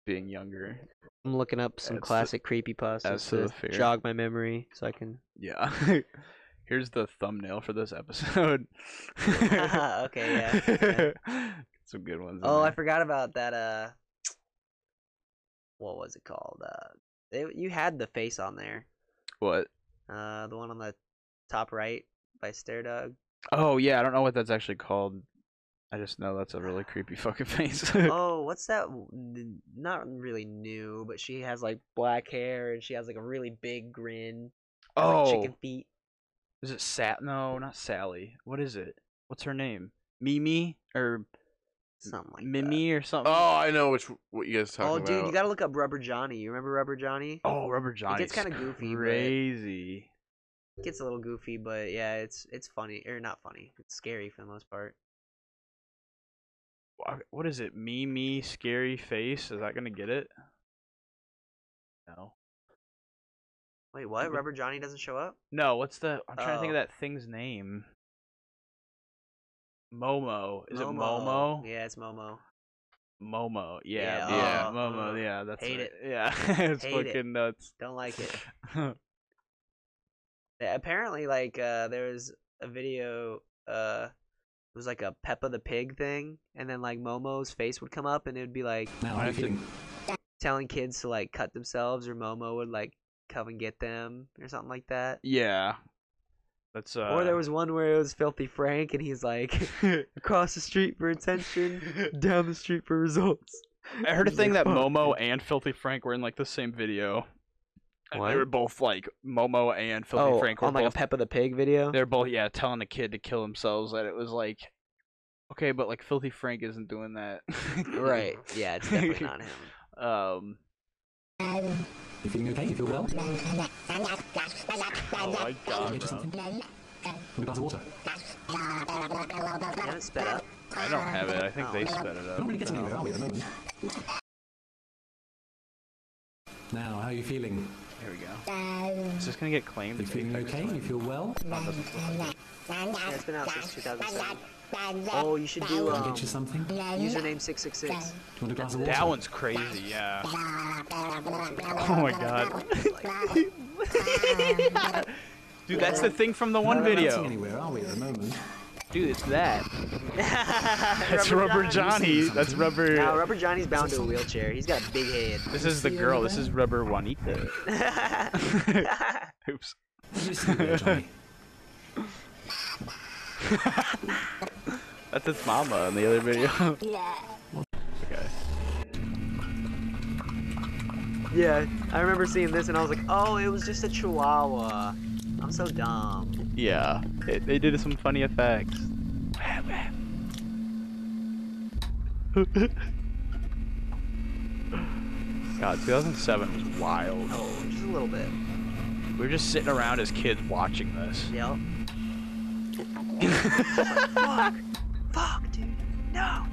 being younger.
I'm looking up some
Adds to-
classic creepy
adds
pastas
to the
to
fear.
jog my memory so I can.
Yeah. Here's the thumbnail for this episode.
Ah, okay, yeah. yeah.
Some good ones. in
Oh, I
there.
forgot about that. Uh, what was it called? Uh, it, you had the face on there.
what?
Uh, the one on the top right by Stare Dog.
Oh yeah, I don't know what that's actually called. I just know that's a really creepy fucking face.
Oh, what's that? w- n- Not really new, but she has like black hair and she has like a really big grin. and, like, chicken feet.
Oh, Is it Sat? No, not Sally. What is it? What's her name? Mimi or
Something like
Mimi or something?
oh, I know which what you guys are
that.
talking
Oh,
about.
dude, you gotta look up Rubber Johnny. You remember Rubber Johnny?
oh, Rubber Johnny.
gets kinda goofy, but-
Crazy.
gets a little goofy, but yeah, it's it's funny or not funny. It's scary for the most part.
Wha- What is it? Mimi scary face. Is that gonna get it? No.
Wait, what?
But-
Rubber Johnny doesn't show up?
No. What's the? I'm trying to think of
Oh.
that thing's name. Momo. Is it Momo?
Momo. Yeah, it's Momo.
Momo. Yeah.
Yeah,
Yeah.
oh,
Momo.
uh,
yeah. That's
hate
right.
it.
Yeah. it's
Hate it.
fucking nuts.
Don't like it. Yeah, apparently, like uh, there was a video. Uh, it was like a Peppa the Pig thing, and then like Momo's face would come up, and it would be like
I have to-
telling kids to like cut themselves, or Momo would like come and get them, or something like that.
Yeah. That's uh
or there was one where it was Filthy Frank, and he's like across the street for attention, down the street for results.
I heard a
He's
thing
like,
that
"Fuck,
Momo
dude."
and Filthy Frank were in like the same video. And they
What?
were both like Momo and Filthy
oh,
Frank were
on like
both
a Peppa the Pig video.
they're both yeah, telling the kid to kill themselves and it was like okay, but like Filthy Frank isn't doing that.
Right? Yeah, it's definitely not him.
Um Oh my god, bro.
Damn, it's sped up.
I don't have it. I think
Oh.
they sped it up.
Now, how are you feeling?
Here we go. Is this gonna get claimed?
You feeling okay? You feel well?
Yeah, it's been out since 2007. Oh, you should do
I'll
um,
get you something. Do you
username 666.
want a glass of water?
That one's crazy, yeah. Oh my god. Dude, that's the thing from the
We're
one
not announcing
video.
anywhere, are we at the moment?
Dude, it's that. That's Rubber Johnny. That's Rubber.
Now, Rubber Johnny's bound to a wheelchair. He's got a big head.
This is the girl. This is Rubber Juanita. Oops.
What do you see there, Johnny?
That's his mama in the other video. okay.
yeah, I remember seeing this and I was like, oh, it was just a chihuahua. I'm so dumb.
Yeah. They- they did some funny effects. God, 2007 was wild.
Oh, just a little bit.
We were just sitting around as kids watching this.
Yep. Fuck. Fuck, dude. No.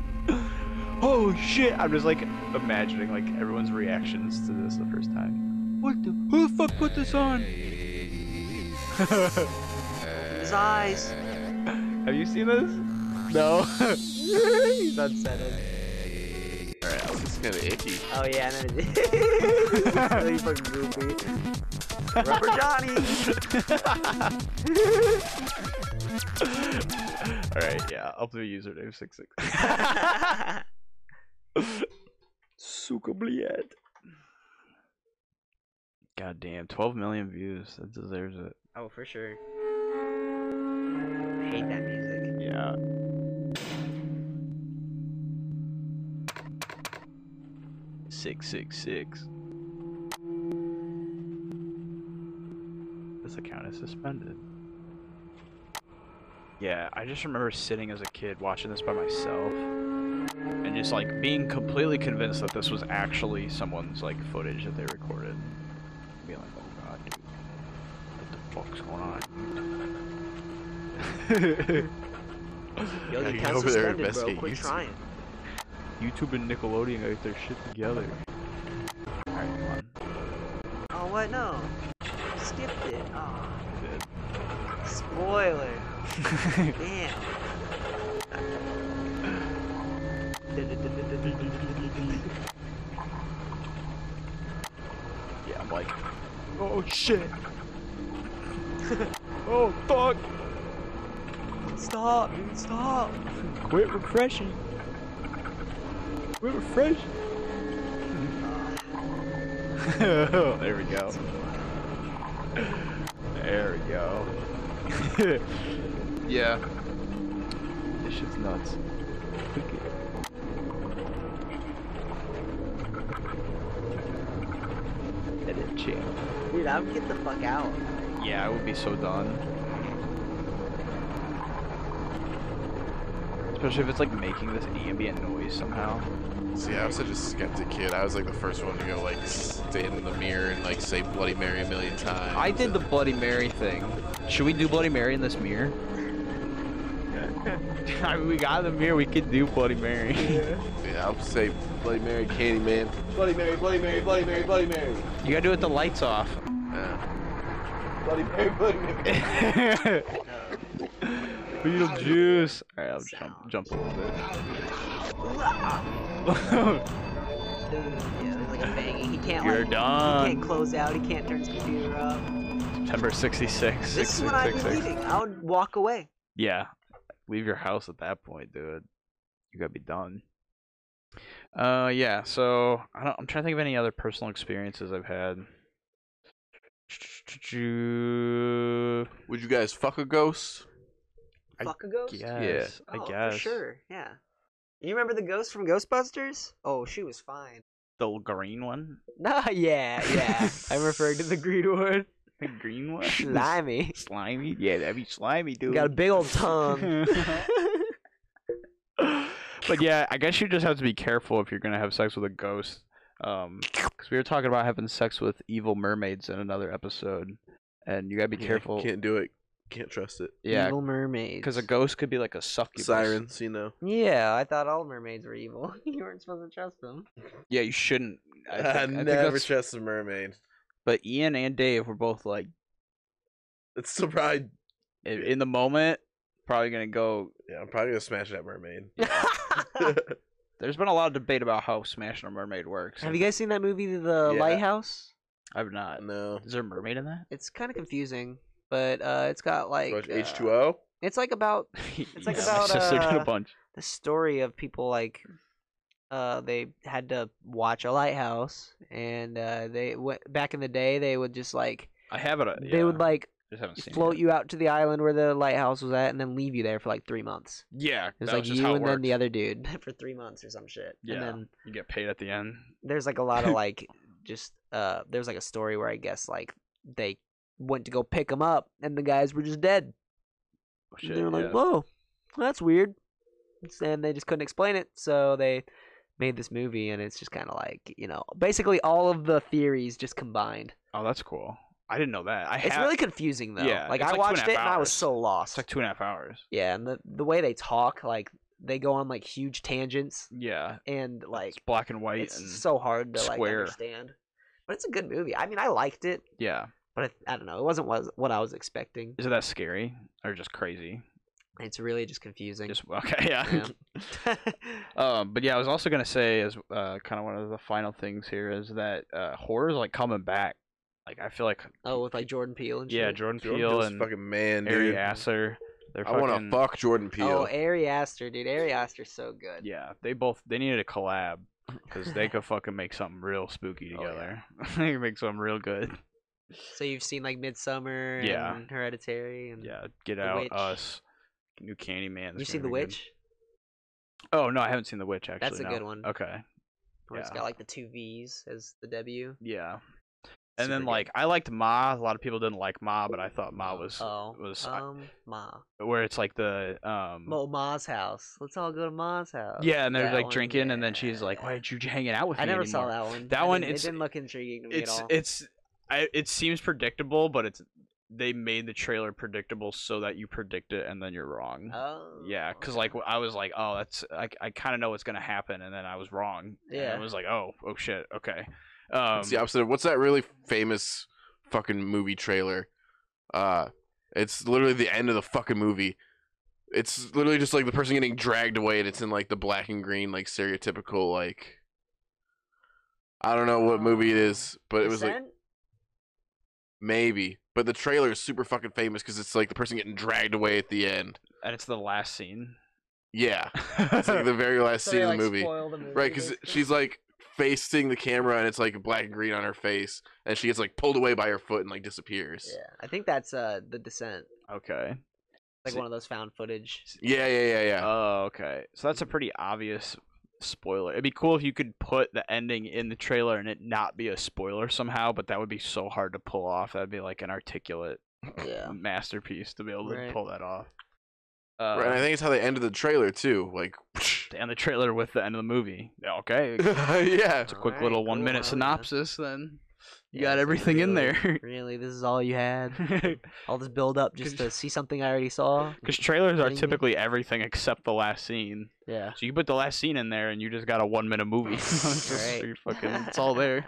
Oh shit! I'm just like imagining like everyone's reactions to this the first time. What the? Who the fuck put this on?
His eyes.
Have you seen this? No.
He's unsettled.
It's kind of icky.
Oh yeah, and then it it's really fucking goofy. Rubber Johnny.
All right, yeah. Up to username six six. Suka bliad. God damn, 12 million views. That deserves it.
oh, for sure. I hate that music.
Yeah. Six six six. Suspended. Yeah, I just remember sitting as a kid watching this by myself and just like being completely convinced that this was actually someone's like footage that they recorded. Being like, oh god, dude. What the fuck's going on?
Yeah,
Yo, your
you
account's
over there
suspended, bro.
investigate
Quit
YouTube.
trying.
YouTube and Nickelodeon got their shit together. Alright, come
Oh, what? No. Skipped it. Oh,
on. Did.
spoiler. Damn.
Yeah, I'm like, oh shit. oh fuck.
Stop, dude, stop.
Quit refreshing. Quit refreshing. there we go. There we go. yeah. This shit's nuts. Edit channel.
Dude, I would get the fuck out.
Yeah, I would be so done. Especially if it's like making this ambient noise somehow.
See, I was such a skeptic kid. I was like the first one to go like stand in the mirror and like say Bloody Mary a million times.
I did the Bloody Mary thing. Should we do Bloody Mary in this mirror? I mean, we got the mirror. We could do Bloody Mary.
Yeah, I'll say Bloody Mary, Candyman. Bloody Mary, Bloody Mary, Bloody Mary, Bloody Mary.
you gotta do it with the lights off.
Yeah. Bloody Mary, Bloody Mary.
Beetlejuice. All right, I'll jump, jump a little bit.
Dude, yeah, there's like a banging. He can't
You're
like, he
done.
can't close out. He can't turn his computer up.
September 66.
This is when I'd be
66.
leaving. I would walk away.
Yeah. Leave your house at that point, dude. You gotta be done. Uh yeah, so I don't I'm trying to think of any other personal experiences I've had.
Would you guys fuck a ghost?
I
Fuck a ghost.
Yes, I
oh,
guess.
For sure. Yeah. You remember the ghost from Ghostbusters? Oh, she was fine.
The green one?
Nah, yeah, yeah. I'm referring to the green one.
The green one?
Slimy.
Slimy? Yeah, that'd be slimy, dude.
Got a big old tongue.
but yeah, I guess you just have to be careful if you're gonna have sex with a ghost. Um, because we were talking about having sex with evil mermaids in another episode, and you gotta be
Yeah,
careful.
can't do it. Can't trust it.
Yeah,
Evil mermaids.
because a ghost could be like a succubus.
Sirens, you know.
Yeah, I thought all mermaids were evil. you weren't supposed to trust them.
Yeah, you shouldn't. I think, I
I,
think
never
that's-
trust a mermaid.
but Ian and Dave were both like
It's still probably.
i- in the moment, probably gonna go.
Yeah, I'm probably gonna smash that mermaid.
There's been a lot of debate about how Smashing a Mermaid works.
Have you guys seen that movie, The
Yeah.
Lighthouse?
I've not.
no.
Is there a mermaid in that?
It's kind of confusing, but uh, it's got like
Watch
uh,
H2O.
It's like about
It's
like
my
about,
sister did a
uh,
bunch.
the story of people like uh they had to watch a lighthouse and uh they went back in the day they would just like
I have it. uh,
they would
yeah,
like
just haven't seen it
float
yet.
you out to the island where the lighthouse was at and then leave you there for like three months
Yeah,
it was
that
like
just
you
how it
and then the
works.
other dude for three months or some shit
Yeah.
and then
You get paid at the end.
there's like a lot of like just uh there was like a story where i guess like they went to go pick them up and the guys were just dead
Oh,
And
shit,
they were like,
yeah.
"Whoa, that's weird," and they just couldn't explain it, so they made this movie, and it's just kind of like you know, basically all of the theories just combined.
Oh, that's cool. I didn't know that. I
It's
have,
really confusing though.
Yeah,
like
it's like two
I
and a
watched it
half
and I was
hours.
so lost.
It's like two and a half hours.
yeah, and the the way they talk, like they go on like huge tangents,
Yeah,
and like
it's black and white.
it's
and,
so hard to like
square.
understand. But it's a good movie. I mean, I liked it,
yeah.
but I, I don't know. It wasn't was what I was expecting.
Is it that scary or just crazy?
It's really just confusing.
Just okay, yeah. um, but yeah, I was also gonna say as uh, kind of one of the final things here is that uh, horror is like coming back. Like I feel like
oh, with like Jordan Peele and
yeah,
shit.
Jordan,
Jordan
Peele
Peele's
and
fucking man,
Ari
dude.
Aster. They're
I want
fucking-
to fuck Jordan Peele.
Oh, Ari Aster, dude. Ari Aster's so good.
Yeah, they both they needed a collab because they could fucking make something real spooky
Oh, yeah.
together. they could make something real good.
So you've seen like Midsummer
Yeah.
and Hereditary and
Yeah, Get
The
Out,
Witch.
Us, New Candyman.
you've
is
seen The
gonna be good.
Witch?
Oh no, I haven't seen The Witch actually.
That's a
no.
good one.
Okay.
Where it's
Yeah.
got like the two V's as the W.
Yeah. And
Super
then
good.
like I liked Ma. A lot of people didn't like Ma, but I thought Ma was
Oh,
was I- Mm.
um, Ma,
where it's like the um
Mo, Ma's house. Let's all go to Ma's house.
yeah, and they're
That
like
one,
drinking, and then she's like,
yeah.
"Why aren't you hanging out with
I
me?"
never saw
anymore?"
that one.
That
I
one,
didn't-
it's-
it didn't look intriguing to me
It's
at all.
it's I, it seems predictable, but it's they made the trailer predictable so that you predict it and then you're wrong.
oh,
Yeah, because
okay.
like I was like, oh, that's I, I kind of know what's gonna happen, and then I was wrong. and
Yeah.
I was like, oh, oh shit, okay. Um,
it's the opposite of what's that really famous fucking movie trailer? Uh it's literally the end of the fucking movie. It's literally just like the person getting dragged away and it's in like the black and green, like stereotypical like I don't know what movie it is,
Um,
but it was like
Descent?
maybe. But the trailer is super fucking famous because it's like the person getting dragged away at the end.
and it's the last scene.
Yeah, it's like the very last
So
scene
they,
of the
like,
movie.
spoil the movie.
Right, because
basically.
she's like facing the camera and it's like black and green on her face, and she gets like pulled away by her foot and like disappears.
Yeah, I think that's uh the descent.
okay.
Like
See-
one of those found footage.
Yeah, yeah, yeah, yeah.
Oh, okay. So that's a
Mm-hmm.
pretty obvious spoiler. It'd be cool if you could put the ending in the trailer and it not be a spoiler somehow, but that would be so hard to pull off. That'd be like an articulate
Yeah.
masterpiece to be able to
Right.
pull that off. Uh,
right, and I think it's how they ended the trailer too. Like,
and the trailer with the end of the movie. Yeah, Okay,
yeah,
it's a quick
Alright,
little one
cool,
minute
I like that.
synopsis. Then you
Yeah,
got
it's like
everything in
really-
there.
Really, this is all you had.
Because
All this build up just to see something I already saw.
trailers are
Kidding me?
typically everything except the last scene.
Yeah.
So you put the last scene in there, and you just got a one minute movie. it's, just-
Right.
you're fucking, it's all there.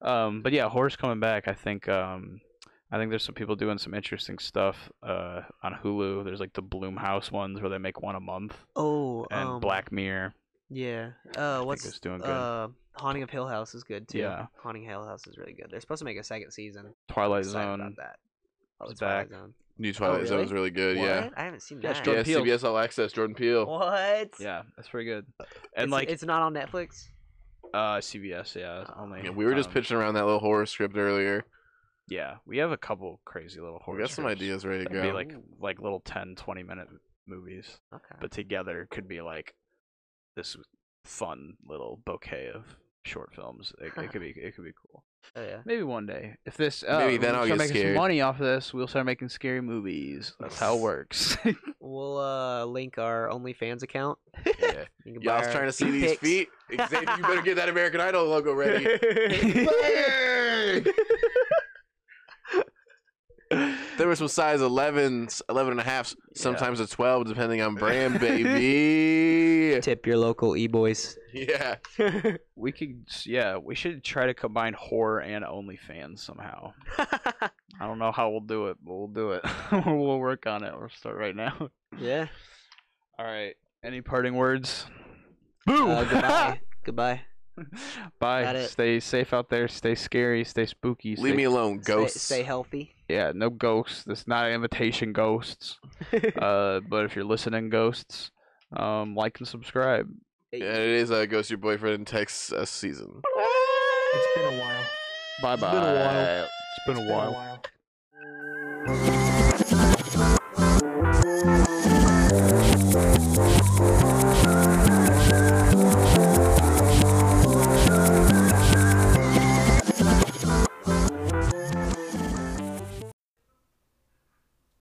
Um, but yeah, horror's coming back. I think. Um, I think there's some people doing some interesting stuff uh, on Hulu. There's like the Bloomhouse ones where they make one a month,
Oh,
and
um,
Black Mirror.
Yeah.
I
Uh,
think
what's
it's doing good.
uh, Haunting of Hill House is good too.
Yeah.
Haunting of Hill House is really good. They're supposed to make a second season.
Twilight
Excited about
Zone.
that. Oh,
is
the Twilight
back.
Zone.
New Twilight Zone
really?
was Oh, really good. Yeah,
What? I haven't seen
Yeah, it's
that.
Jordan
yeah.
Peele.
CBS All Access, Jordan Peele.
What?
Yeah, that's pretty good.
And
And like
it's not on Netflix.
uh, CBS, yeah,
Oh.
only.
Yeah, we were just
um,
pitching around that little horror script earlier.
Yeah, we have a couple crazy little
We
horror.
got some
scripts
ideas ready to
That'd be
go.
like like little 10, 20 minute movies,
Okay.
but together could be like this fun little bouquet of short films. It, it could be it could be cool.
oh yeah.
Maybe one day, if this uh,
Maybe
we
then I'll
start
get
making
scared.
some money off of this, we'll start making scary movies. That's how it works.
We'll uh link our OnlyFans account.
yeah.
You can buy
Y'all's
our
trying to see
feet
these
pics.
feet. Xavier, you better get that American Idol logo ready. There were some size 11s, 11 and a halfs, sometimes a 12, depending on brand, baby.
Tip your local e boys.
yeah.
we could, s- yeah, we should try to combine horror and OnlyFans somehow. I don't know how we'll do it, but we'll do it. we'll work on it. We'll start right now.
yeah.
All right. Any parting words? Boo!
Uh, goodbye. goodbye. Got
Bye.
it.
Stay safe out there. Stay scary. Stay spooky.
Leave
stay-
me alone,
Stay-
ghosts.
Stay, healthy.
Yeah, no ghosts. That's not an invitation, ghosts. uh, but if you're listening, ghosts, um, like and subscribe.
And it is uh, Ghost Your Boyfriend in Texas uh, season.
It's been a while.
Bye
It's been a while.
bye. It's been a
Been a
while.
while.
Bye.